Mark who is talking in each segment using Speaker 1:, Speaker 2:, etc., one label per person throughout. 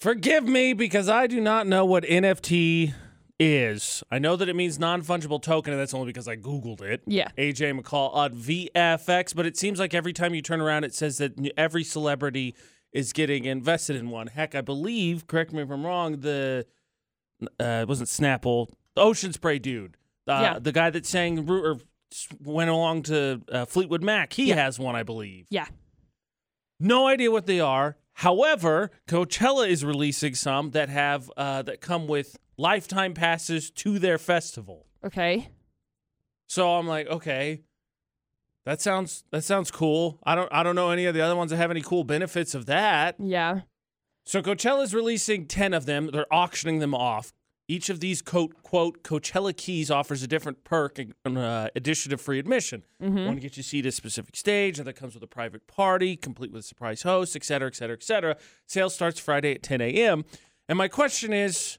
Speaker 1: Forgive me because I do not know what NFT is. I know that it means non fungible token, and that's only because I Googled it.
Speaker 2: Yeah.
Speaker 1: AJ McCall on VFX, but it seems like every time you turn around, it says that n- every celebrity is getting invested in one. Heck, I believe, correct me if I'm wrong, the, uh, it wasn't Snapple, the Ocean Spray dude, uh,
Speaker 2: Yeah.
Speaker 1: the guy that sang Ru- or s- went along to uh, Fleetwood Mac, he
Speaker 2: Yeah.
Speaker 1: has one, I believe.
Speaker 2: Yeah.
Speaker 1: No idea what they are. However, Coachella is releasing some that have uh, that come with lifetime passes to their festival.
Speaker 2: Okay.
Speaker 1: So I'm like, okay, that sounds that sounds cool. I don't I don't know any of the other ones that have any cool benefits of that.
Speaker 2: Yeah.
Speaker 1: So Coachella's releasing 10 of them. They're auctioning them off. Each of these quote, quote, Coachella keys offers a different perk and uh, addition of free admission.
Speaker 2: Mm-hmm.
Speaker 1: One gets you seated at a specific stage, and that comes with a private party, complete with a surprise host, et cetera, et cetera, et cetera. Sale starts Friday at 10 a.m. And my question is,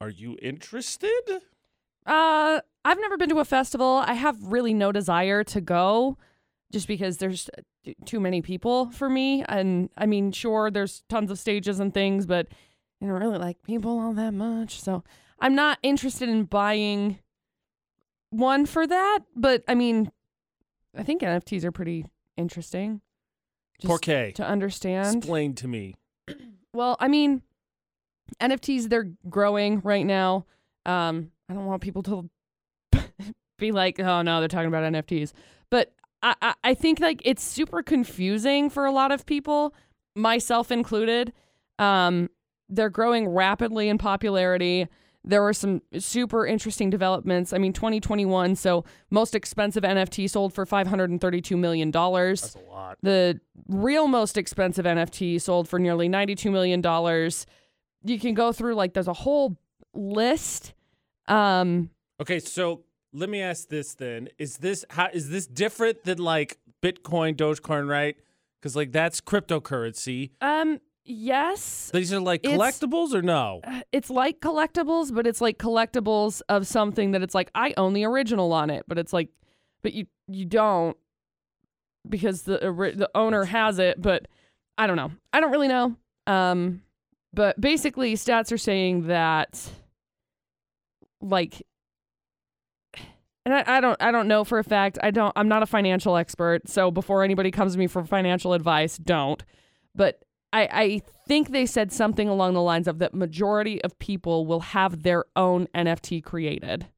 Speaker 1: are you interested?
Speaker 2: Uh, I've never been to a festival. I have really no desire to go just because there's t- too many people for me. And I mean, sure, there's tons of stages and things, but I don't really like people all that much. So I'm not interested in buying one for that. But I mean, I think NFTs are pretty interesting. Just
Speaker 1: Porque,
Speaker 2: to understand.
Speaker 1: explain to me.
Speaker 2: Well, I mean, NFTs they're growing right now. Um, I don't want people to be like, oh no, they're talking about NFTs. But I, I, I think like it's super confusing for a lot of people, myself included. Um, they're growing rapidly in popularity. There were some super interesting developments. I mean, 2021, so most expensive NFT sold for 532 million dollars.
Speaker 1: That's a lot.
Speaker 2: The real most expensive NFT sold for nearly $92 million. You can go through, like, there's a whole list. Um,
Speaker 1: Okay, so let me ask this then: Is this how is this different than like Bitcoin, Dogecoin, right? Because like that's cryptocurrency.
Speaker 2: um, yes,
Speaker 1: These are like
Speaker 2: It's-
Speaker 1: collectibles or no?
Speaker 2: Uh, it's like collectibles, but it's like collectibles of something that it's like, I own the original on it, but it's like, but you, you don't because the, ori- the owner has it, but I don't know. I don't really know. Um, but basically, stats are saying that, like, and I, I don't, I don't know for a fact. I don't. I'm not a financial expert, so before anybody comes to me for financial advice, don't. But I, I think they said something along the lines of that majority of people will have their own NFT created,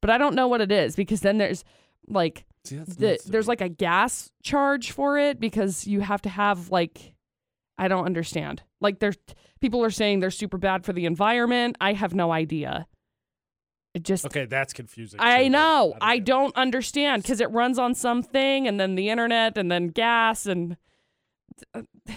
Speaker 2: but I don't know what it is because then there's like
Speaker 1: See, that's
Speaker 2: the,
Speaker 1: nuts to
Speaker 2: there's
Speaker 1: me.
Speaker 2: like a gas charge for it because you have to have like I don't understand. Like there's people are saying they're super bad for the environment. I have no idea. It just
Speaker 1: okay, that's confusing.
Speaker 2: I
Speaker 1: too, but
Speaker 2: know. I
Speaker 1: get it.
Speaker 2: don't understand cuz it runs on something and then the internet and then gas and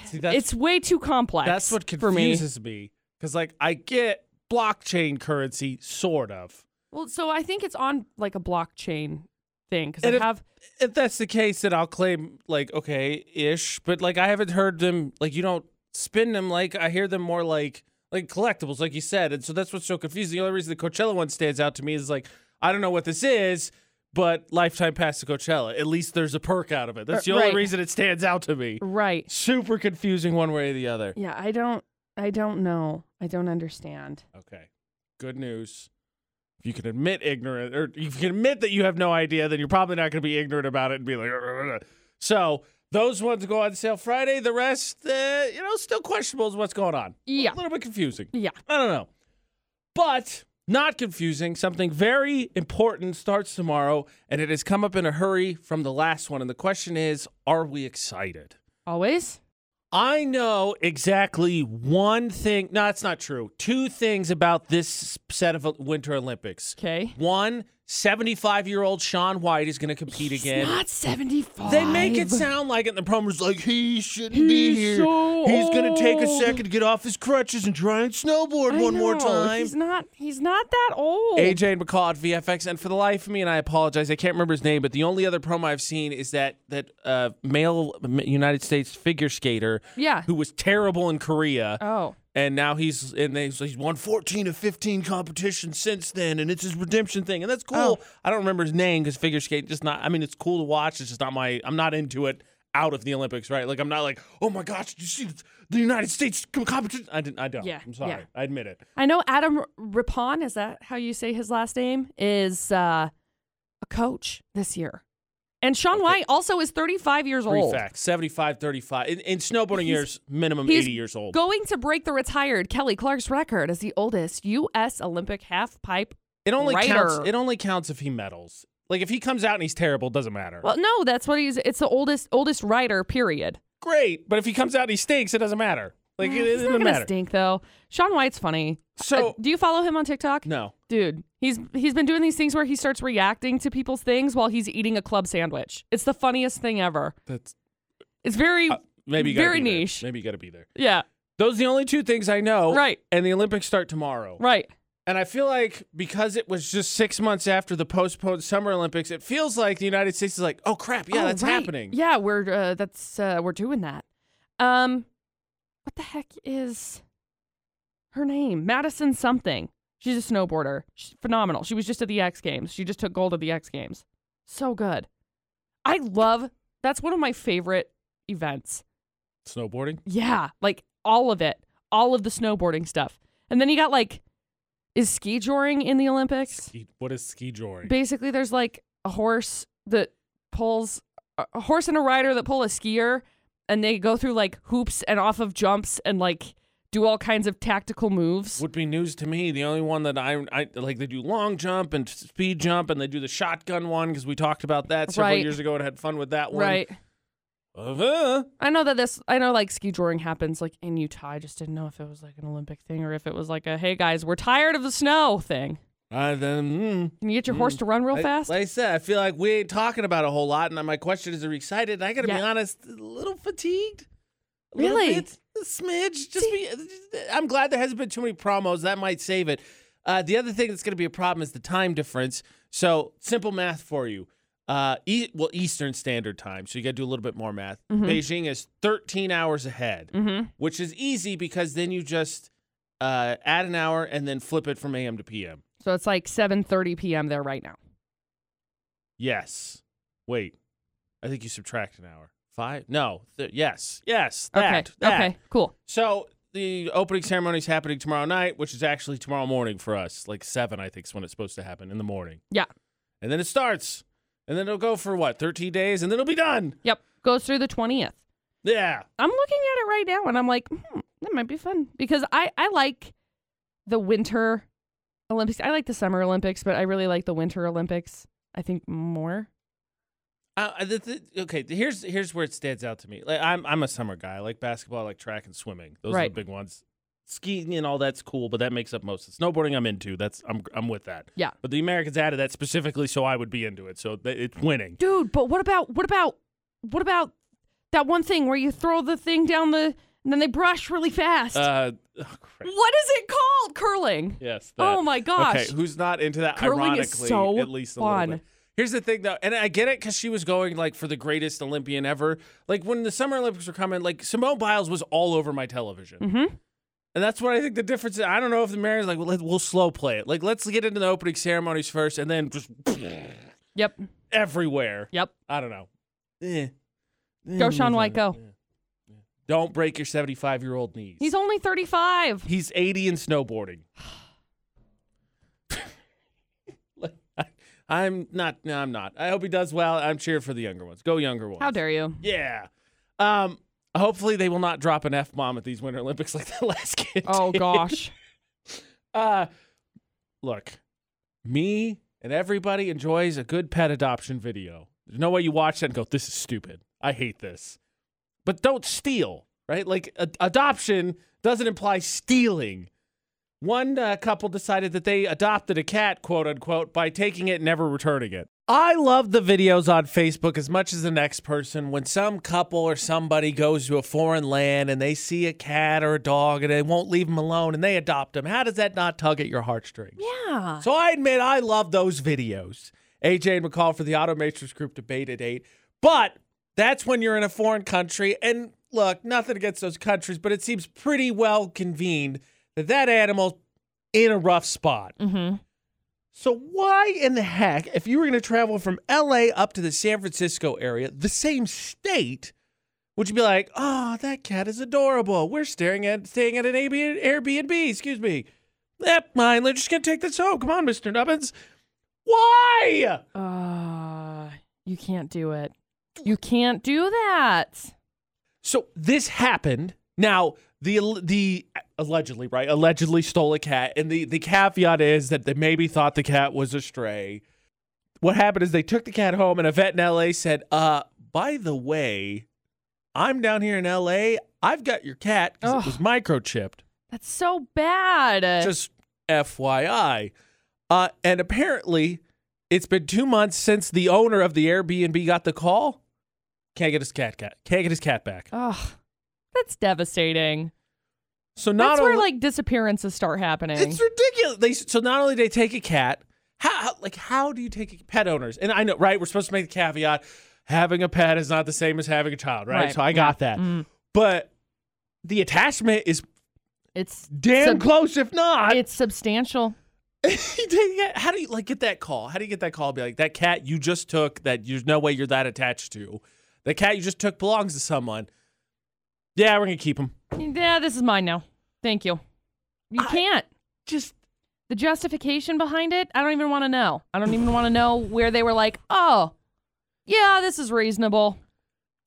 Speaker 1: See, that's,
Speaker 2: it's way too complex.
Speaker 1: that's what
Speaker 2: for me.
Speaker 1: confuses me. Because like I get blockchain currency, sort of.
Speaker 2: Well, so I think it's on like a blockchain thing cuz
Speaker 1: And
Speaker 2: I
Speaker 1: if-
Speaker 2: have
Speaker 1: If that's the case, then I'll claim like okay, ish. But like I haven't heard them. Like you don't spin them. Like I hear them more like like collectibles, like you said. And so that's what's so confusing. The only reason the Coachella one stands out to me is like I don't know what this is, but lifetime pass to Coachella. At least there's a perk out of it. That's
Speaker 2: Uh,
Speaker 1: the only
Speaker 2: right.
Speaker 1: reason it stands out to me.
Speaker 2: right.
Speaker 1: Super confusing one way or the other.
Speaker 2: Yeah, I don't I don't know. I don't understand.
Speaker 1: Okay. Good news. If you can admit ignorant, or if you can admit that you have no idea, then you're probably not going to be ignorant about it and be like, "Ugh, ugh, ugh." so those ones go on sale Friday. The rest, uh, you know, still questionable is what's going on.
Speaker 2: Yeah.
Speaker 1: A little bit confusing.
Speaker 2: Yeah.
Speaker 1: I don't know. But not confusing, something very important starts tomorrow, and it has come up in a hurry from the last one. And the question is are we excited?
Speaker 2: Always?
Speaker 1: I know exactly one thing. No, that's not true. Two things about this set of Winter Olympics.
Speaker 2: Okay.
Speaker 1: One, 75 year old Sean White is going to compete again.
Speaker 2: Not 75.
Speaker 1: they make it sound like it, and the promoter's like, he shouldn't be
Speaker 2: He's
Speaker 1: here.
Speaker 2: so
Speaker 1: he's to take a
Speaker 2: old."
Speaker 1: second to get off his crutches and try and snowboard
Speaker 2: I
Speaker 1: one more
Speaker 2: know,
Speaker 1: time.
Speaker 2: He's not. He's not that old.
Speaker 1: AJ and McCall at VFX, and for the life of me, and I apologize, I can't remember his name, but the only other promo I've seen is that that uh, male m- United States figure skater,
Speaker 2: Yeah.
Speaker 1: who was terrible in Korea,
Speaker 2: Oh.
Speaker 1: and now he's and they, so he's won 14 of 15 competitions since then, and it's his redemption thing, and that's
Speaker 2: Oh.
Speaker 1: cool. I don't remember his name because figure skating just not. I mean, it's cool to watch. It's just not my. I'm not into it out of the Olympics, right? Like I'm not like, oh my gosh, did you see the United States competition? I didn't. I don't.
Speaker 2: Yeah,
Speaker 1: I'm sorry.
Speaker 2: yeah.
Speaker 1: I admit it.
Speaker 2: I know Adam Rippon, is that how you say his last name? Is uh, a coach this year. And Sean White also is 35 years
Speaker 1: Three
Speaker 2: old.
Speaker 1: facts: 75, 35. In, in snowboarding years, minimum
Speaker 2: he's
Speaker 1: 80 years old.
Speaker 2: Going to break the retired Kelly Clark's record as the oldest U.S. Olympic half pipe.
Speaker 1: it only
Speaker 2: writer.
Speaker 1: counts. It only counts if he medals. Like if he comes out and he's terrible, it doesn't matter.
Speaker 2: Well, no, that's what he's. It's the oldest oldest rider. Period.
Speaker 1: Great, but if he comes out and he stinks, it doesn't matter. Like it, it
Speaker 2: he's not
Speaker 1: doesn't
Speaker 2: gonna
Speaker 1: matter.
Speaker 2: stink though. Sean White's funny. Uh,
Speaker 1: So-
Speaker 2: do you follow him on TikTok?
Speaker 1: No.
Speaker 2: dude. He's he's been doing these things where he starts reacting to people's things while he's eating a club sandwich. It's the funniest thing ever.
Speaker 1: That's
Speaker 2: It's very
Speaker 1: Uh, maybe you gotta
Speaker 2: very
Speaker 1: be there.
Speaker 2: niche.
Speaker 1: Maybe you got to be there.
Speaker 2: Yeah,
Speaker 1: Those are the only two things I know.
Speaker 2: Right.
Speaker 1: And the Olympics start tomorrow.
Speaker 2: right.
Speaker 1: And I feel like because it was just six months after the postponed Summer Olympics, it feels like the United States is like, oh crap, yeah,
Speaker 2: Oh,
Speaker 1: that's
Speaker 2: right.
Speaker 1: happening.
Speaker 2: Yeah, we're uh, that's uh, we're doing that. Um, what the heck is her name? Madison something. She's a snowboarder. She's phenomenal. She was just at the X Games. She just took gold at the X Games. So good. I love. That's one of my favorite events.
Speaker 1: Snowboarding.
Speaker 2: Yeah, like all of it, all of the snowboarding stuff. And then you got like, is ski joring in the Olympics?
Speaker 1: Ski, what is ski drawing?
Speaker 2: basically there's like a horse that pulls a a horse and a rider that pull a skier and they go through like hoops and off of jumps and like do all kinds of tactical moves
Speaker 1: Would be news to me. The only one that I, I like, they do long jump and speed jump, and they do the shotgun one because we talked about that several
Speaker 2: Right.
Speaker 1: years ago and had fun with that one.
Speaker 2: right
Speaker 1: Uh-huh.
Speaker 2: i know that this i know like ski drawing happens like in utah i just didn't know if it was like an olympic thing or if it was like a hey guys we're tired of the snow thing
Speaker 1: I then. mm.
Speaker 2: can you get your horse to run real
Speaker 1: I-
Speaker 2: fast
Speaker 1: Like I said, I feel like we ain't talking about a whole lot, and my question is, are we excited? I gotta be
Speaker 2: Yeah.
Speaker 1: honest, a little fatigued. A little
Speaker 2: Really?
Speaker 1: bit, a smidge. Just be. I'm glad there hasn't been too many promos. That might save it. Uh, the other thing that's gonna be a problem is the time difference. So simple math for you. Uh, e- well, Eastern Standard Time, so you gotta do a little bit more math.
Speaker 2: Mm-hmm.
Speaker 1: Beijing is 13 hours ahead,
Speaker 2: Mhm.
Speaker 1: which is easy because then you just uh, add an hour and then flip it from AM to PM.
Speaker 2: so it's like 7.30 p.m there right now
Speaker 1: Yes. Wait. I think you subtract an hour. Five? No. Th- yes. Yes. That.
Speaker 2: okay
Speaker 1: That.
Speaker 2: okay cool
Speaker 1: So the opening ceremony is happening tomorrow night, which is actually tomorrow morning for us. Like seven, I think, is when it's supposed to happen in the morning.
Speaker 2: Yeah.
Speaker 1: And then it starts. And then it'll go for what, 13 days? And then it'll be done.
Speaker 2: yep goes through the 20th
Speaker 1: Yeah.
Speaker 2: I'm looking at it right now and I'm like, hmm, that might be fun because I I like the winter Olympics. I like the summer Olympics, but I really like the winter Olympics. I think more.
Speaker 1: Uh, uh, the, the, okay, th- here's here's where it stands out to me. Like I'm I'm a summer guy. I like basketball, I like track and swimming. Those are
Speaker 2: Right.
Speaker 1: the big ones. Skiing and all that's cool, but that makes up most. of it. Snowboarding, I'm into. That's I'm I'm with that.
Speaker 2: Yeah.
Speaker 1: But the Americans added that specifically, so I would be into it. So th- it's winning.
Speaker 2: Dude, but what about what about what about that one thing where you throw the thing down the and then they brush really fast?
Speaker 1: Uh, oh, crap.
Speaker 2: what is it called? Curling.
Speaker 1: Yes.
Speaker 2: Oh
Speaker 1: that.
Speaker 2: my gosh.
Speaker 1: Okay, who's not into that?
Speaker 2: Curling is
Speaker 1: ironically,
Speaker 2: so
Speaker 1: at least a
Speaker 2: fun.
Speaker 1: little bit. Here's the thing, though, and I get it because she was going like for the greatest Olympian ever. Like when the Summer Olympics were coming, like Simone Biles was all over my television,
Speaker 2: Mhm.
Speaker 1: and that's what I think the difference is. I don't know if the Mariners like well, let- we'll slow play it. Like let's get into the opening ceremonies first, and then just
Speaker 2: Yep.
Speaker 1: everywhere.
Speaker 2: Yep.
Speaker 1: I don't know. Eh.
Speaker 2: Go Sean White, go.
Speaker 1: Don't break your 75 year old knees.
Speaker 2: He's only 35.
Speaker 1: He's 80 and snowboarding. Like, I- I'm not. No, I'm not. I hope he does well. I'm cheering for the younger ones. Go younger ones.
Speaker 2: How dare you?
Speaker 1: Yeah. Um. Hopefully they will not drop an f bomb at these Winter Olympics like the last kid.
Speaker 2: Oh
Speaker 1: did.
Speaker 2: gosh.
Speaker 1: Uh, look, me and everybody enjoys a good pet adoption video. There's no way you watch that and go, "This is stupid. I hate this." But don't steal, right? Like ad- adoption doesn't imply stealing. One uh, couple decided that they adopted a cat, quote unquote, by taking it and never returning it. I love the videos on Facebook as much as the next person when some couple or somebody goes to a foreign land and they see a cat or a dog and they won't leave them alone and they adopt them. How does that not tug at your heartstrings?
Speaker 2: Yeah.
Speaker 1: So I admit I love those videos. AJ and McCall for the Automatrix Group debate at eight. But that's when you're in a foreign country. And look, nothing against those countries, but it seems pretty well convened that that animal's in a rough spot.
Speaker 2: Mhm.
Speaker 1: So why in the heck, if you were going to travel from LA up to the San Francisco area, the same state, Would you be like, oh, that cat is adorable. We're staring at staying at an AB, Airbnb, excuse me. Yep, mine. They're just gonna take this home. Come on, Mr. Nubbins. Why?
Speaker 2: Uh, you can't do it. You can't do that.
Speaker 1: So this happened. Now the the allegedly right allegedly stole a cat, and the the caveat is that they maybe thought the cat was a stray. What happened is they took the cat home, and a vet in L.A. said, "Uh, by the way, I'm down here in L.A. I've got your cat because
Speaker 2: Ugh. Eh.
Speaker 1: it was microchipped."
Speaker 2: That's so bad.
Speaker 1: Just FYI. Uh, and apparently, it's been two months since the owner of the Airbnb got the call. Can't get his cat, cat can't get his cat back.
Speaker 2: Ugh. That's devastating.
Speaker 1: So not
Speaker 2: That's where
Speaker 1: only
Speaker 2: like disappearances start happening.
Speaker 1: It's ridiculous. They so not only they take a cat. How, how like how do you take a, pet owners? And I know right. We're supposed to make the caveat: having a pet is not the same as having a child, right?
Speaker 2: Right,
Speaker 1: So I got that.
Speaker 2: Mm.
Speaker 1: But the attachment is
Speaker 2: It's
Speaker 1: damn
Speaker 2: Sub-
Speaker 1: close, if not.
Speaker 2: it's substantial.
Speaker 1: You take that- how do you like get that call? How do you get that call? Be like that cat you just took that there's no way you're that attached to. The cat you just took belongs to someone. Yeah, we're gonna keep him.
Speaker 2: Yeah, this is mine now. Thank you. You
Speaker 1: I-
Speaker 2: can't.
Speaker 1: Just
Speaker 2: The justification behind it, I don't even want to know. I don't even want to know where they were like, oh, yeah, this is reasonable.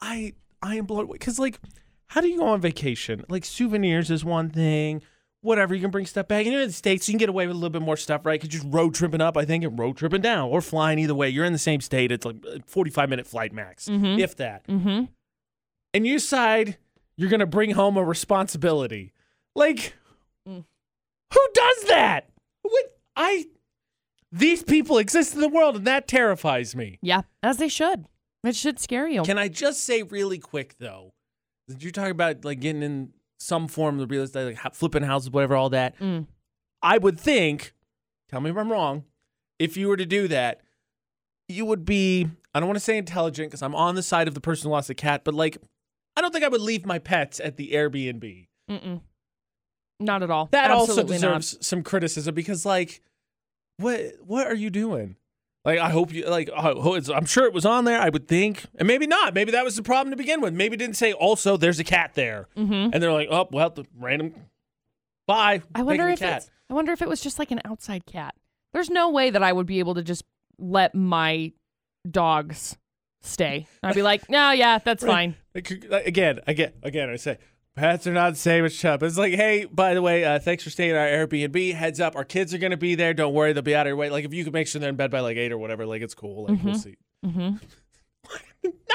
Speaker 1: I I am blown away because like, how do you go on vacation? Like souvenirs is one thing, whatever you can bring stuff back. And you're in the states, you can get away with a little bit more stuff, right? Because just road tripping up, I think, and road tripping down, or flying either way. You're in the same state. It's like a 45 minute flight max,
Speaker 2: Mhm.
Speaker 1: if that.
Speaker 2: Mm-hmm.
Speaker 1: And you decide you're gonna bring home a responsibility. Like,
Speaker 2: Mm.
Speaker 1: who does that? What I. These people exist in the world, and that terrifies me.
Speaker 2: Yeah, as they should. It should scare you.
Speaker 1: Can I just say really quick though? Did you talk about like getting in some form of real estate, like ho- flipping houses, whatever, all that?
Speaker 2: Mm.
Speaker 1: I would think. Tell me if I'm wrong. If you were to do that, you would be. I don't want to say intelligent because I'm on the side of the person who lost a cat, but like, I don't think I would leave my pets at the Airbnb.
Speaker 2: Mm-mm. Not at all.
Speaker 1: That also
Speaker 2: Absolutely
Speaker 1: deserves some criticism because like, what what are you doing? Like I hope you like I ho- it's- I'm sure it was on there. I would think, and maybe not. Maybe that was the problem to begin with. Maybe it didn't say also there's a cat there,
Speaker 2: Not. Mm-hmm.
Speaker 1: and they're like, oh well, the random. Bye.
Speaker 2: I wonder
Speaker 1: Thank you,
Speaker 2: if
Speaker 1: cat.
Speaker 2: it's, I wonder if it was just like an outside cat. There's no way that I would be able to just let my dogs stay. I'd be like, no, yeah, that's
Speaker 1: Right.
Speaker 2: fine.
Speaker 1: It could- Again, again, again, I say, pets are not the same as chub. It's like, hey, by the way, uh, thanks for staying at our Airbnb. Heads up, our kids are going to be there. Don't worry, they'll be out of your way. Like, if you could make sure they're in bed by like eight or whatever, like, it's cool. Like, we'll see.
Speaker 2: Mm-hmm.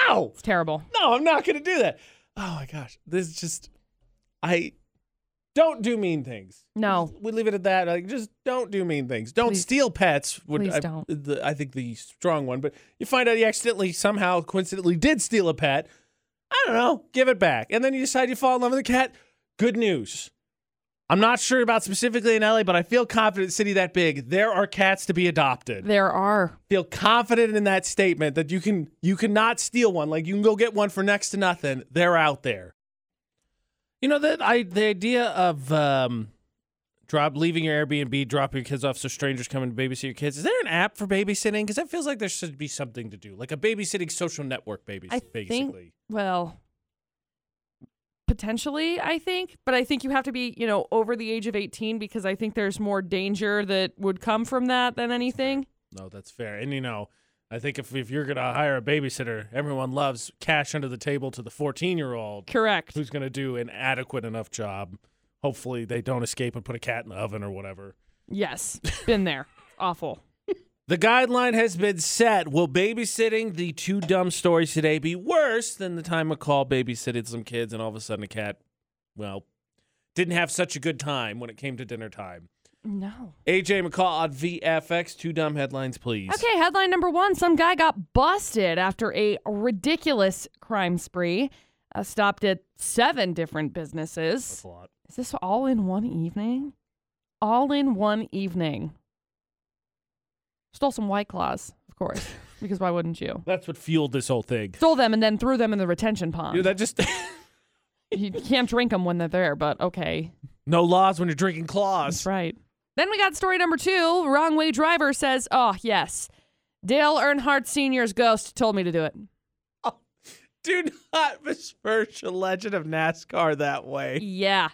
Speaker 1: No,
Speaker 2: It's terrible.
Speaker 1: no, I'm not going to do that. Oh my gosh. This is just, I don't do mean things.
Speaker 2: No.
Speaker 1: We leave it at that. Like, just don't do mean things. Don't
Speaker 2: Please-
Speaker 1: steal pets. Would
Speaker 2: please
Speaker 1: I,
Speaker 2: don't.
Speaker 1: The, I think the strong one, but you find out you accidentally, somehow, coincidentally, did steal a pet. I don't know. Give it back, and then you decide you fall in love with a cat. Good news. I'm not sure about specifically in LA, but I feel confident in a city that big. There are cats to be adopted.
Speaker 2: There are.
Speaker 1: Feel confident in that statement that you can you cannot steal one. Like you can go get one for next to nothing. They're out there. You know that I the idea of um, drop leaving your Airbnb, dropping your kids off so strangers come and babysit your kids. Is there an app for babysitting? Because that feels like there should be something to do, like a babysitting social network. Babys-
Speaker 2: I think-
Speaker 1: basically.
Speaker 2: Well, potentially, I think, but I think you have to be, you know, over the age of 18 because I think there's more danger that would come from that than anything.
Speaker 1: No, that's fair. And you know, I think if if you're gonna hire a babysitter, everyone loves cash under the table to the 14 year old
Speaker 2: Correct.
Speaker 1: who's gonna do an adequate enough job. Hopefully, they don't escape and put a cat in the oven or whatever.
Speaker 2: Yes. Been there. Awful.
Speaker 1: The guideline has been set. Will babysitting the two dumb stories today be worse than the time McCall babysitted some kids and all of a sudden a cat, well, didn't have such a good time when it came to dinner time?
Speaker 2: No.
Speaker 1: AJ McCall on VFX. Two dumb headlines, please.
Speaker 2: Okay, headline number one Some guy got busted after a ridiculous crime spree. Uh, stopped at seven different businesses.
Speaker 1: That's a lot.
Speaker 2: Is this all in one evening? All in one evening. Stole some white claws, of course, because why wouldn't you?
Speaker 1: That's what fueled this whole thing.
Speaker 2: Stole them and then threw them in the retention pond.
Speaker 1: Dude, that just
Speaker 2: you can't drink them when they're there, but okay.
Speaker 1: no laws when you're drinking claws.
Speaker 2: That's right. Then we got story number two. Wrong way driver says, "Oh yes, Dale Earnhardt Senior's ghost told me to do it."
Speaker 3: Do not besmirch the legend of NASCAR that way.
Speaker 2: Yeah.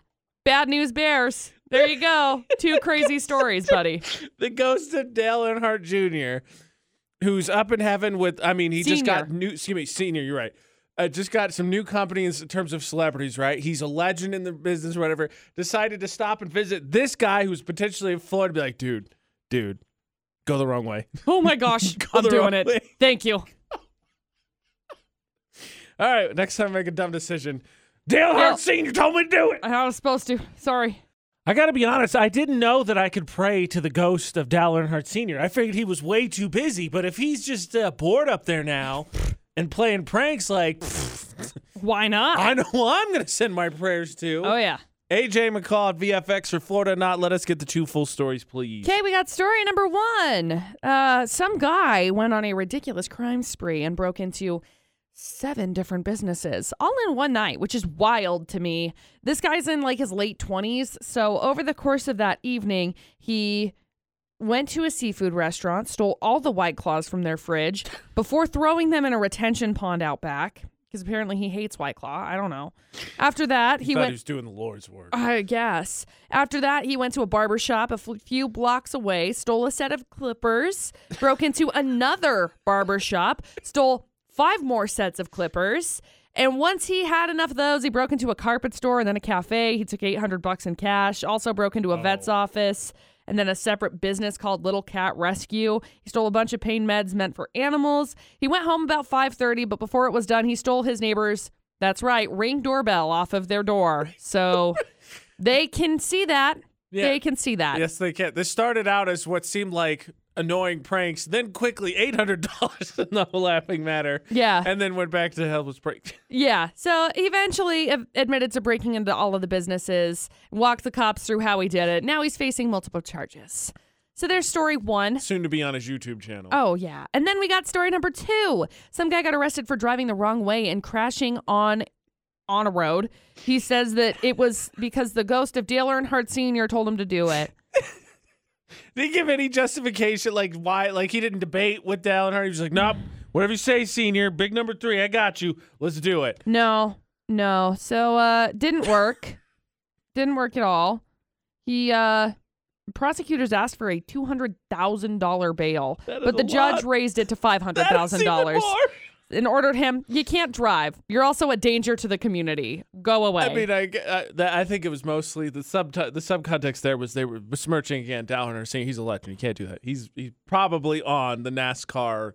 Speaker 2: Bad news bears. There you go. Two crazy stories, buddy.
Speaker 3: The ghost of Dale Earnhardt Jr.,
Speaker 1: who's up in heaven with I mean he just got
Speaker 2: Senior.
Speaker 1: new excuse me senior you're right uh, just got some new company in s- terms of celebrities right he's a legend in the business or whatever decided to stop and visit this guy who's potentially in Florida be like dude dude go the wrong way
Speaker 2: Oh my gosh. I'm
Speaker 1: the
Speaker 2: doing
Speaker 1: wrong
Speaker 2: it.
Speaker 1: way.
Speaker 2: Thank you.
Speaker 1: all right next time I make a dumb decision Dale Hart Senior told me to do it
Speaker 2: I was supposed to. Sorry.
Speaker 1: I gotta be honest I didn't know that I could pray to the ghost of Dale Earnhardt Senior I figured he was way too busy but if he's just uh, bored up there now and playing pranks like.
Speaker 2: Why not?
Speaker 1: I know who I'm going to send my prayers to.
Speaker 2: oh yeah.
Speaker 1: AJ McCall at VFX for Florida Not. Let us get the two full stories, please.
Speaker 2: Okay, we got story number one. Uh, some guy went on a ridiculous crime spree and broke into seven different businesses all in one night, which is wild to me. This guy's in like his late 20s. So, over the course of that evening, he went to a seafood restaurant, stole all the white claws from their fridge before throwing them in a retention pond out back because apparently he hates white claw. I don't know. After that, he
Speaker 1: Thought
Speaker 2: went
Speaker 1: he was doing the Lord's work.
Speaker 2: I guess. After that, he went to a barber shop a f- few blocks away, stole a set of clippers, broke into another barber shop, stole five more sets of clippers. And once he had enough of those, he broke into a carpet store and then a cafe. He took 800 bucks in cash, also broke into a vet's office and then a separate business called Little Cat Rescue. He stole a bunch of pain meds meant for animals. He went home about 5:30, but before it was done, he stole his neighbor's that's right, ring doorbell off of their door. So they can see that.
Speaker 1: Yeah.
Speaker 2: They can see that.
Speaker 1: yes, they can. This started out as what seemed like annoying pranks, then quickly $800 in no laughing matter,
Speaker 2: Yeah.
Speaker 1: and then went back to helpless prank.
Speaker 2: Yeah. So he eventually a- admitted to breaking into all of the businesses, walked the cops through how he did it. Now he's facing multiple charges. So there's story one.
Speaker 1: Soon to be on his YouTube channel.
Speaker 2: Oh, yeah. And then we got story number two. Some guy got arrested for driving the wrong way and crashing on on a road. He says that it was because the ghost of Dale Earnhardt Sr. told him to do it.
Speaker 1: Did he give any justification, like why? Like he didn't debate with Dale Earnhardt. He was like, nope, whatever you say, senior, big number three, I got you. Let's do it.
Speaker 2: No, no. So uh didn't work. didn't work at all. He uh prosecutors asked for a two hundred thousand dollar bail,
Speaker 1: That is
Speaker 2: but the
Speaker 1: a
Speaker 2: judge
Speaker 1: lot.
Speaker 2: raised it to five hundred
Speaker 1: That is
Speaker 2: thousand
Speaker 1: even
Speaker 2: dollars
Speaker 1: more.
Speaker 2: and ordered him, You can't drive. You're also a danger to the community. Go away.
Speaker 1: I mean, I, g- I- that- I think it was mostly the sub the subcontext there was they were besmirching again Downer saying he's a legend. You can't do that. He's he's probably on the NASCAR.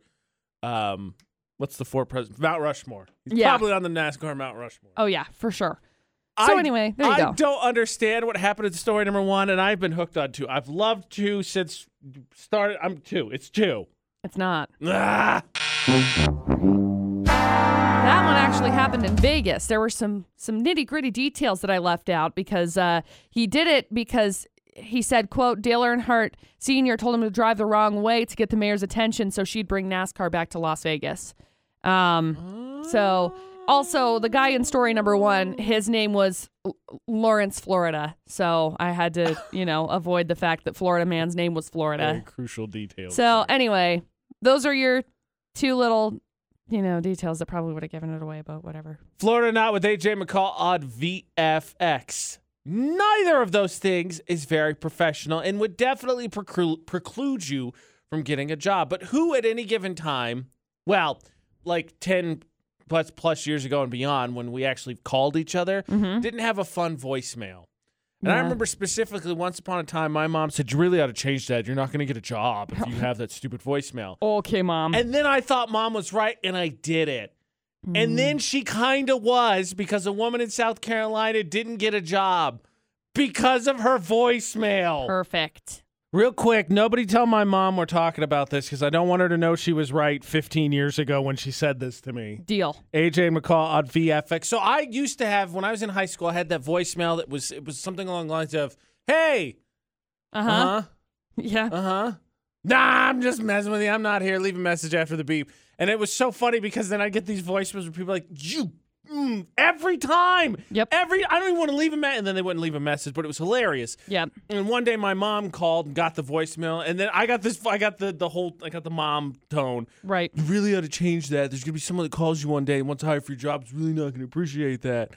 Speaker 1: Um, what's the four president? Mount Rushmore. He's
Speaker 2: Yeah.
Speaker 1: probably on the NASCAR Mount Rushmore.
Speaker 2: oh yeah, for sure. So
Speaker 1: I-
Speaker 2: anyway, there you
Speaker 1: I
Speaker 2: go.
Speaker 1: don't understand what happened to story number one, and I've been hooked on two. I've loved two since started. I'm two. It's two.
Speaker 2: It's not.
Speaker 1: Ah!
Speaker 2: Uh, That one actually happened in Vegas. There were some some nitty gritty details that I left out because uh, he did it because he said, "quote Dale Earnhardt Sr. told him to drive the wrong way to get the mayor's attention, so she'd bring NASCAR back to Las Vegas." Um, so also the guy in story number one, his name was L- Lawrence Florida, so I had to you know avoid the fact that Florida man's name was
Speaker 1: Very
Speaker 2: Florida.
Speaker 1: crucial details.
Speaker 2: So anyway, those are your two little. You know, details that probably would have given it away, but whatever.
Speaker 1: Florida Not with AJ McCall on VFX. Neither of those things is very professional and would definitely preclu- preclude you from getting a job. But who at any given time, well, like 10 plus, plus years ago and beyond, when we actually called each other, didn't have a fun voicemail. And I
Speaker 2: Yeah.
Speaker 1: remember specifically once upon a time, my mom said, You really ought to change that. You're not going to get a job if you have that stupid voicemail.
Speaker 2: Okay, mom.
Speaker 1: And then I thought mom was right and I did it. And then she kind of was because a woman in South Carolina didn't get a job because of her voicemail.
Speaker 2: Perfect.
Speaker 1: Real quick, nobody tell my mom we're talking about this because I don't want her to know she was right 15 years ago when she said this to me.
Speaker 2: Deal.
Speaker 1: AJ McCall on VFX. So I used to have when I was in high school, I had that voicemail that was it was something along the lines of, "Hey,
Speaker 2: Uh huh.
Speaker 1: uh-huh.
Speaker 2: Yeah.
Speaker 1: Uh huh. Nah, I'm just messing with you. I'm not here. Leave a message after the beep. And it was so funny because then I get these voicemails where people are like, you mm, every time.
Speaker 2: Yep.
Speaker 1: Every I don't even want to leave a message, and then they wouldn't leave a message, but it was hilarious.
Speaker 2: Yeah.
Speaker 1: And one day my mom called and got the voicemail, and then I got this. I got the the whole. I got the mom tone.
Speaker 2: Right.
Speaker 1: You really ought to change that. There's gonna be someone that calls you one day and wants to hire for your job. It's really not gonna appreciate that.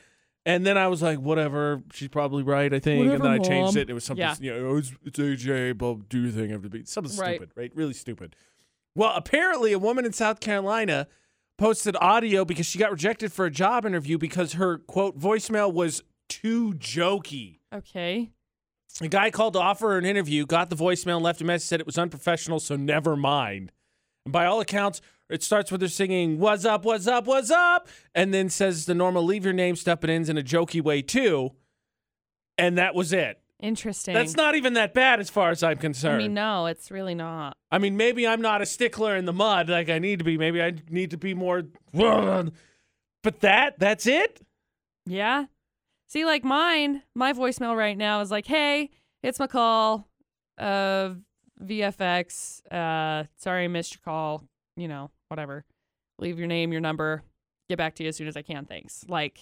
Speaker 1: And then I was like, whatever. She's probably right. I think. and then
Speaker 2: Whatever,
Speaker 1: I changed
Speaker 2: Mom.
Speaker 1: it. It was something.
Speaker 2: Yeah.
Speaker 1: You know, "Oh, it's, it's AJ. Blah. Do your thing. After the beat. Something
Speaker 2: Right.
Speaker 1: stupid. Right. Really stupid. Well, apparently, a woman in South Carolina posted audio because she got rejected for a job interview because her quote voicemail was too jokey.
Speaker 2: Okay.
Speaker 1: A guy called to offer her an interview, got the voicemail, and left a message, said it was unprofessional, so never mind. And by all accounts, it starts with her singing, What's up, what's up, what's up? And then says the normal leave your name stuff, but ends in a jokey way too. And that was it.
Speaker 2: Interesting.
Speaker 1: That's not even that bad as far as I'm
Speaker 2: I
Speaker 1: concerned.
Speaker 2: mean, no, it's really not.
Speaker 1: I mean, maybe I'm not a stickler in the mud like I need to be. Maybe I need to be more. But that, that's it?
Speaker 2: Yeah. See, like mine, my voicemail right now is like, "Hey, it's McCall of VFX. Uh, sorry I missed your call. You know, whatever. Leave your name, your number. Get back to you as soon as I can. Thanks." Like,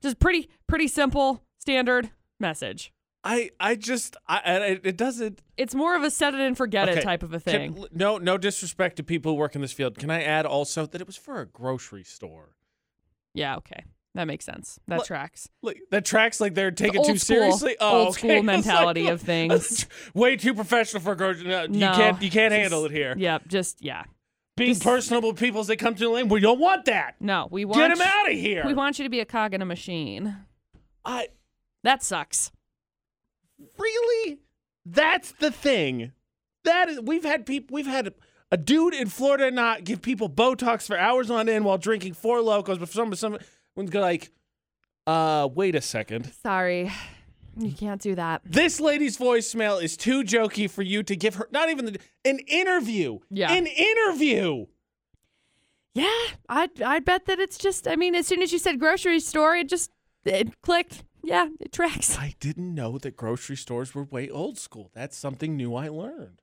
Speaker 2: just pretty, pretty simple, standard message.
Speaker 1: I, I just, I, I, it doesn't.
Speaker 2: It's more of a set it and forget
Speaker 1: Okay.
Speaker 2: it type of a
Speaker 1: Can-
Speaker 2: thing.
Speaker 1: l- no, no disrespect to people who work in this field. Can I add also that it was for a grocery store?
Speaker 2: yeah. Okay. That makes sense. That
Speaker 1: Look,
Speaker 2: tracks.
Speaker 1: Like, that tracks like they're taking
Speaker 2: old
Speaker 1: too
Speaker 2: school-
Speaker 1: seriously. Oh,
Speaker 2: old
Speaker 1: okay.
Speaker 2: school
Speaker 1: I was
Speaker 2: mentality of things.
Speaker 1: Way too professional for grocery. No, you
Speaker 2: No,
Speaker 1: can't. You can't
Speaker 2: just-
Speaker 1: handle it here.
Speaker 2: Yep. Just yeah.
Speaker 1: Being
Speaker 2: just-
Speaker 1: personable people as they come to the lane, we don't want that.
Speaker 2: No, we want
Speaker 1: Get them out of here.
Speaker 2: We want you to be a cog in a machine.
Speaker 1: I
Speaker 2: That sucks.
Speaker 1: really. That's the thing. That is, we've had people. We've had. A dude in Florida not give people Botox for hours on end while drinking four locos, but some someone's go like, uh, wait a second.
Speaker 2: Sorry. You can't do that.
Speaker 1: This lady's voicemail is too jokey for you to give her not even the, an interview.
Speaker 2: Yeah.
Speaker 1: An interview.
Speaker 2: Yeah, I I bet that it's just I mean, as soon as you said grocery store, it just it clicked. Yeah, it tracks.
Speaker 1: I didn't know that grocery stores were way old school. That's something new I learned.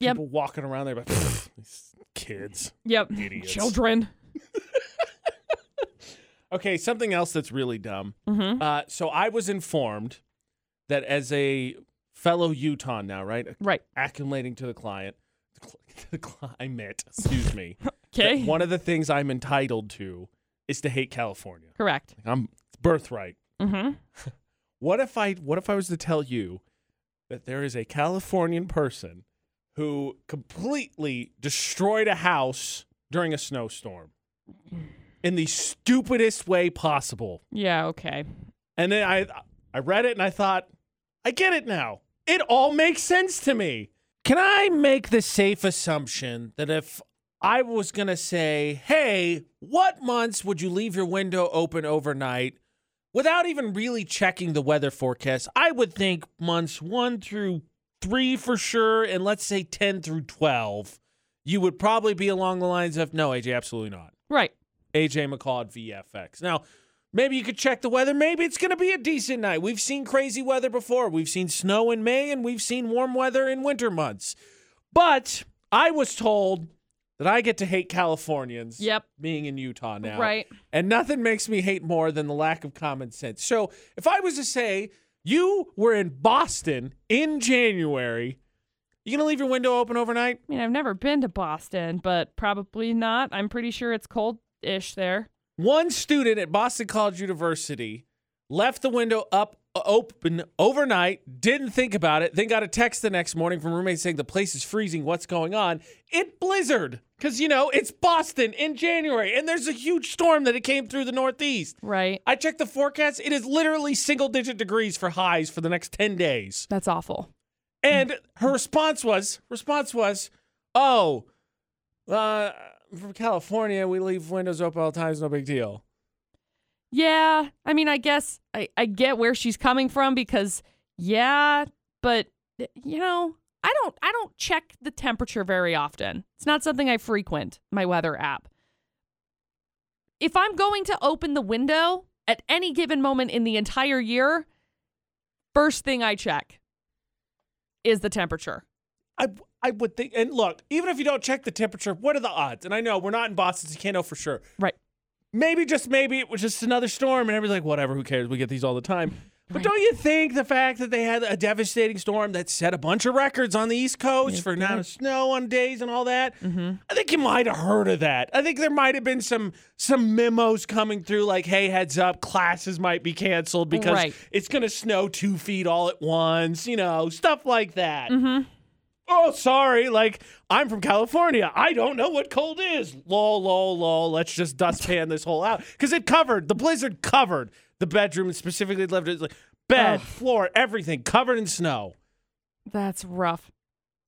Speaker 2: Yep.
Speaker 1: People walking around there like "Pfft, these kids.
Speaker 2: Yep.
Speaker 1: Idiots.
Speaker 2: Children.
Speaker 1: Okay, something else that's really dumb.
Speaker 2: Mm-hmm.
Speaker 1: Uh, so I was informed that as a fellow Utah now, right?
Speaker 2: Right.
Speaker 1: Accumulating to the client, to the climate, excuse me. that
Speaker 2: Okay.
Speaker 1: One of the things I'm entitled to is to hate California.
Speaker 2: Correct.
Speaker 1: I'm it's birthright.
Speaker 2: Mm-hmm.
Speaker 1: What if I what if I was to tell you that there is a Californian person who completely destroyed a house during a snowstorm in the stupidest way possible?
Speaker 2: Yeah, okay.
Speaker 1: And then I I read it and I thought, I get it now. It all makes sense to me. Can I make the safe assumption that if I was going to say, "Hey, what months would you leave your window open overnight?" without even really checking the weather forecast, I would think months 1 through 3 for sure and let's say 10 through 12, you would probably be along the lines of, "No, AJ, absolutely not."
Speaker 2: Right.
Speaker 1: AJ McCall at VFX. Now, maybe you could check the weather. Maybe it's going to be a decent night. We've seen crazy weather before. We've seen snow in May and we've seen warm weather in winter months. But I was told that I get to hate Californians
Speaker 2: Yep.
Speaker 1: being in Utah now.
Speaker 2: Right.
Speaker 1: And nothing makes me hate more than the lack of common sense. So if I was to say you were in Boston in January, you going to leave your window open overnight?
Speaker 2: I mean, I've never been to Boston, but probably not. I'm pretty sure it's cold ish there.
Speaker 1: One student at Boston College University left the window up open overnight, didn't think about it, then got a text the next morning from roommates saying the place is freezing, what's going on? It blizzard cuz you know, it's Boston in January and there's a huge storm that it came through the northeast.
Speaker 2: Right.
Speaker 1: I checked the forecast, it is literally single digit degrees for highs for the next 10 days.
Speaker 2: That's awful.
Speaker 1: And her response was response was, "Oh, uh from California, we leave windows open all the time, it's no big deal."
Speaker 2: Yeah. I mean, I guess I, I get where she's coming from because yeah, but you know, I don't I don't check the temperature very often. It's not something I frequent, my weather app. If I'm going to open the window at any given moment in the entire year, first thing I check is the temperature.
Speaker 1: I I would think. And look, even if you don't check the temperature, what are the odds? And I know we're not in Boston, so you can't know for sure.
Speaker 2: Right.
Speaker 1: maybe just maybe it was just another storm and everybody's like whatever who cares we get these all the time but don't you think the fact that they had a devastating storm that set a bunch of records on the east coast for amount of snow on days and all that
Speaker 2: Mm-hmm.
Speaker 1: i think you might have heard of that i think there might have been some some memos coming through like hey heads up classes might be canceled because
Speaker 2: Right.
Speaker 1: it's going to snow two feet all at once you know stuff like
Speaker 2: Mm-hmm.
Speaker 1: that Oh, sorry. Like, I'm from California. I don't know what cold is. Lol, lol, lol. Let's just dustpan this whole out. Because it covered, the blizzard covered the bedroom, and specifically left it like bed,
Speaker 2: Ugh.
Speaker 1: floor, everything covered in snow.
Speaker 2: That's rough.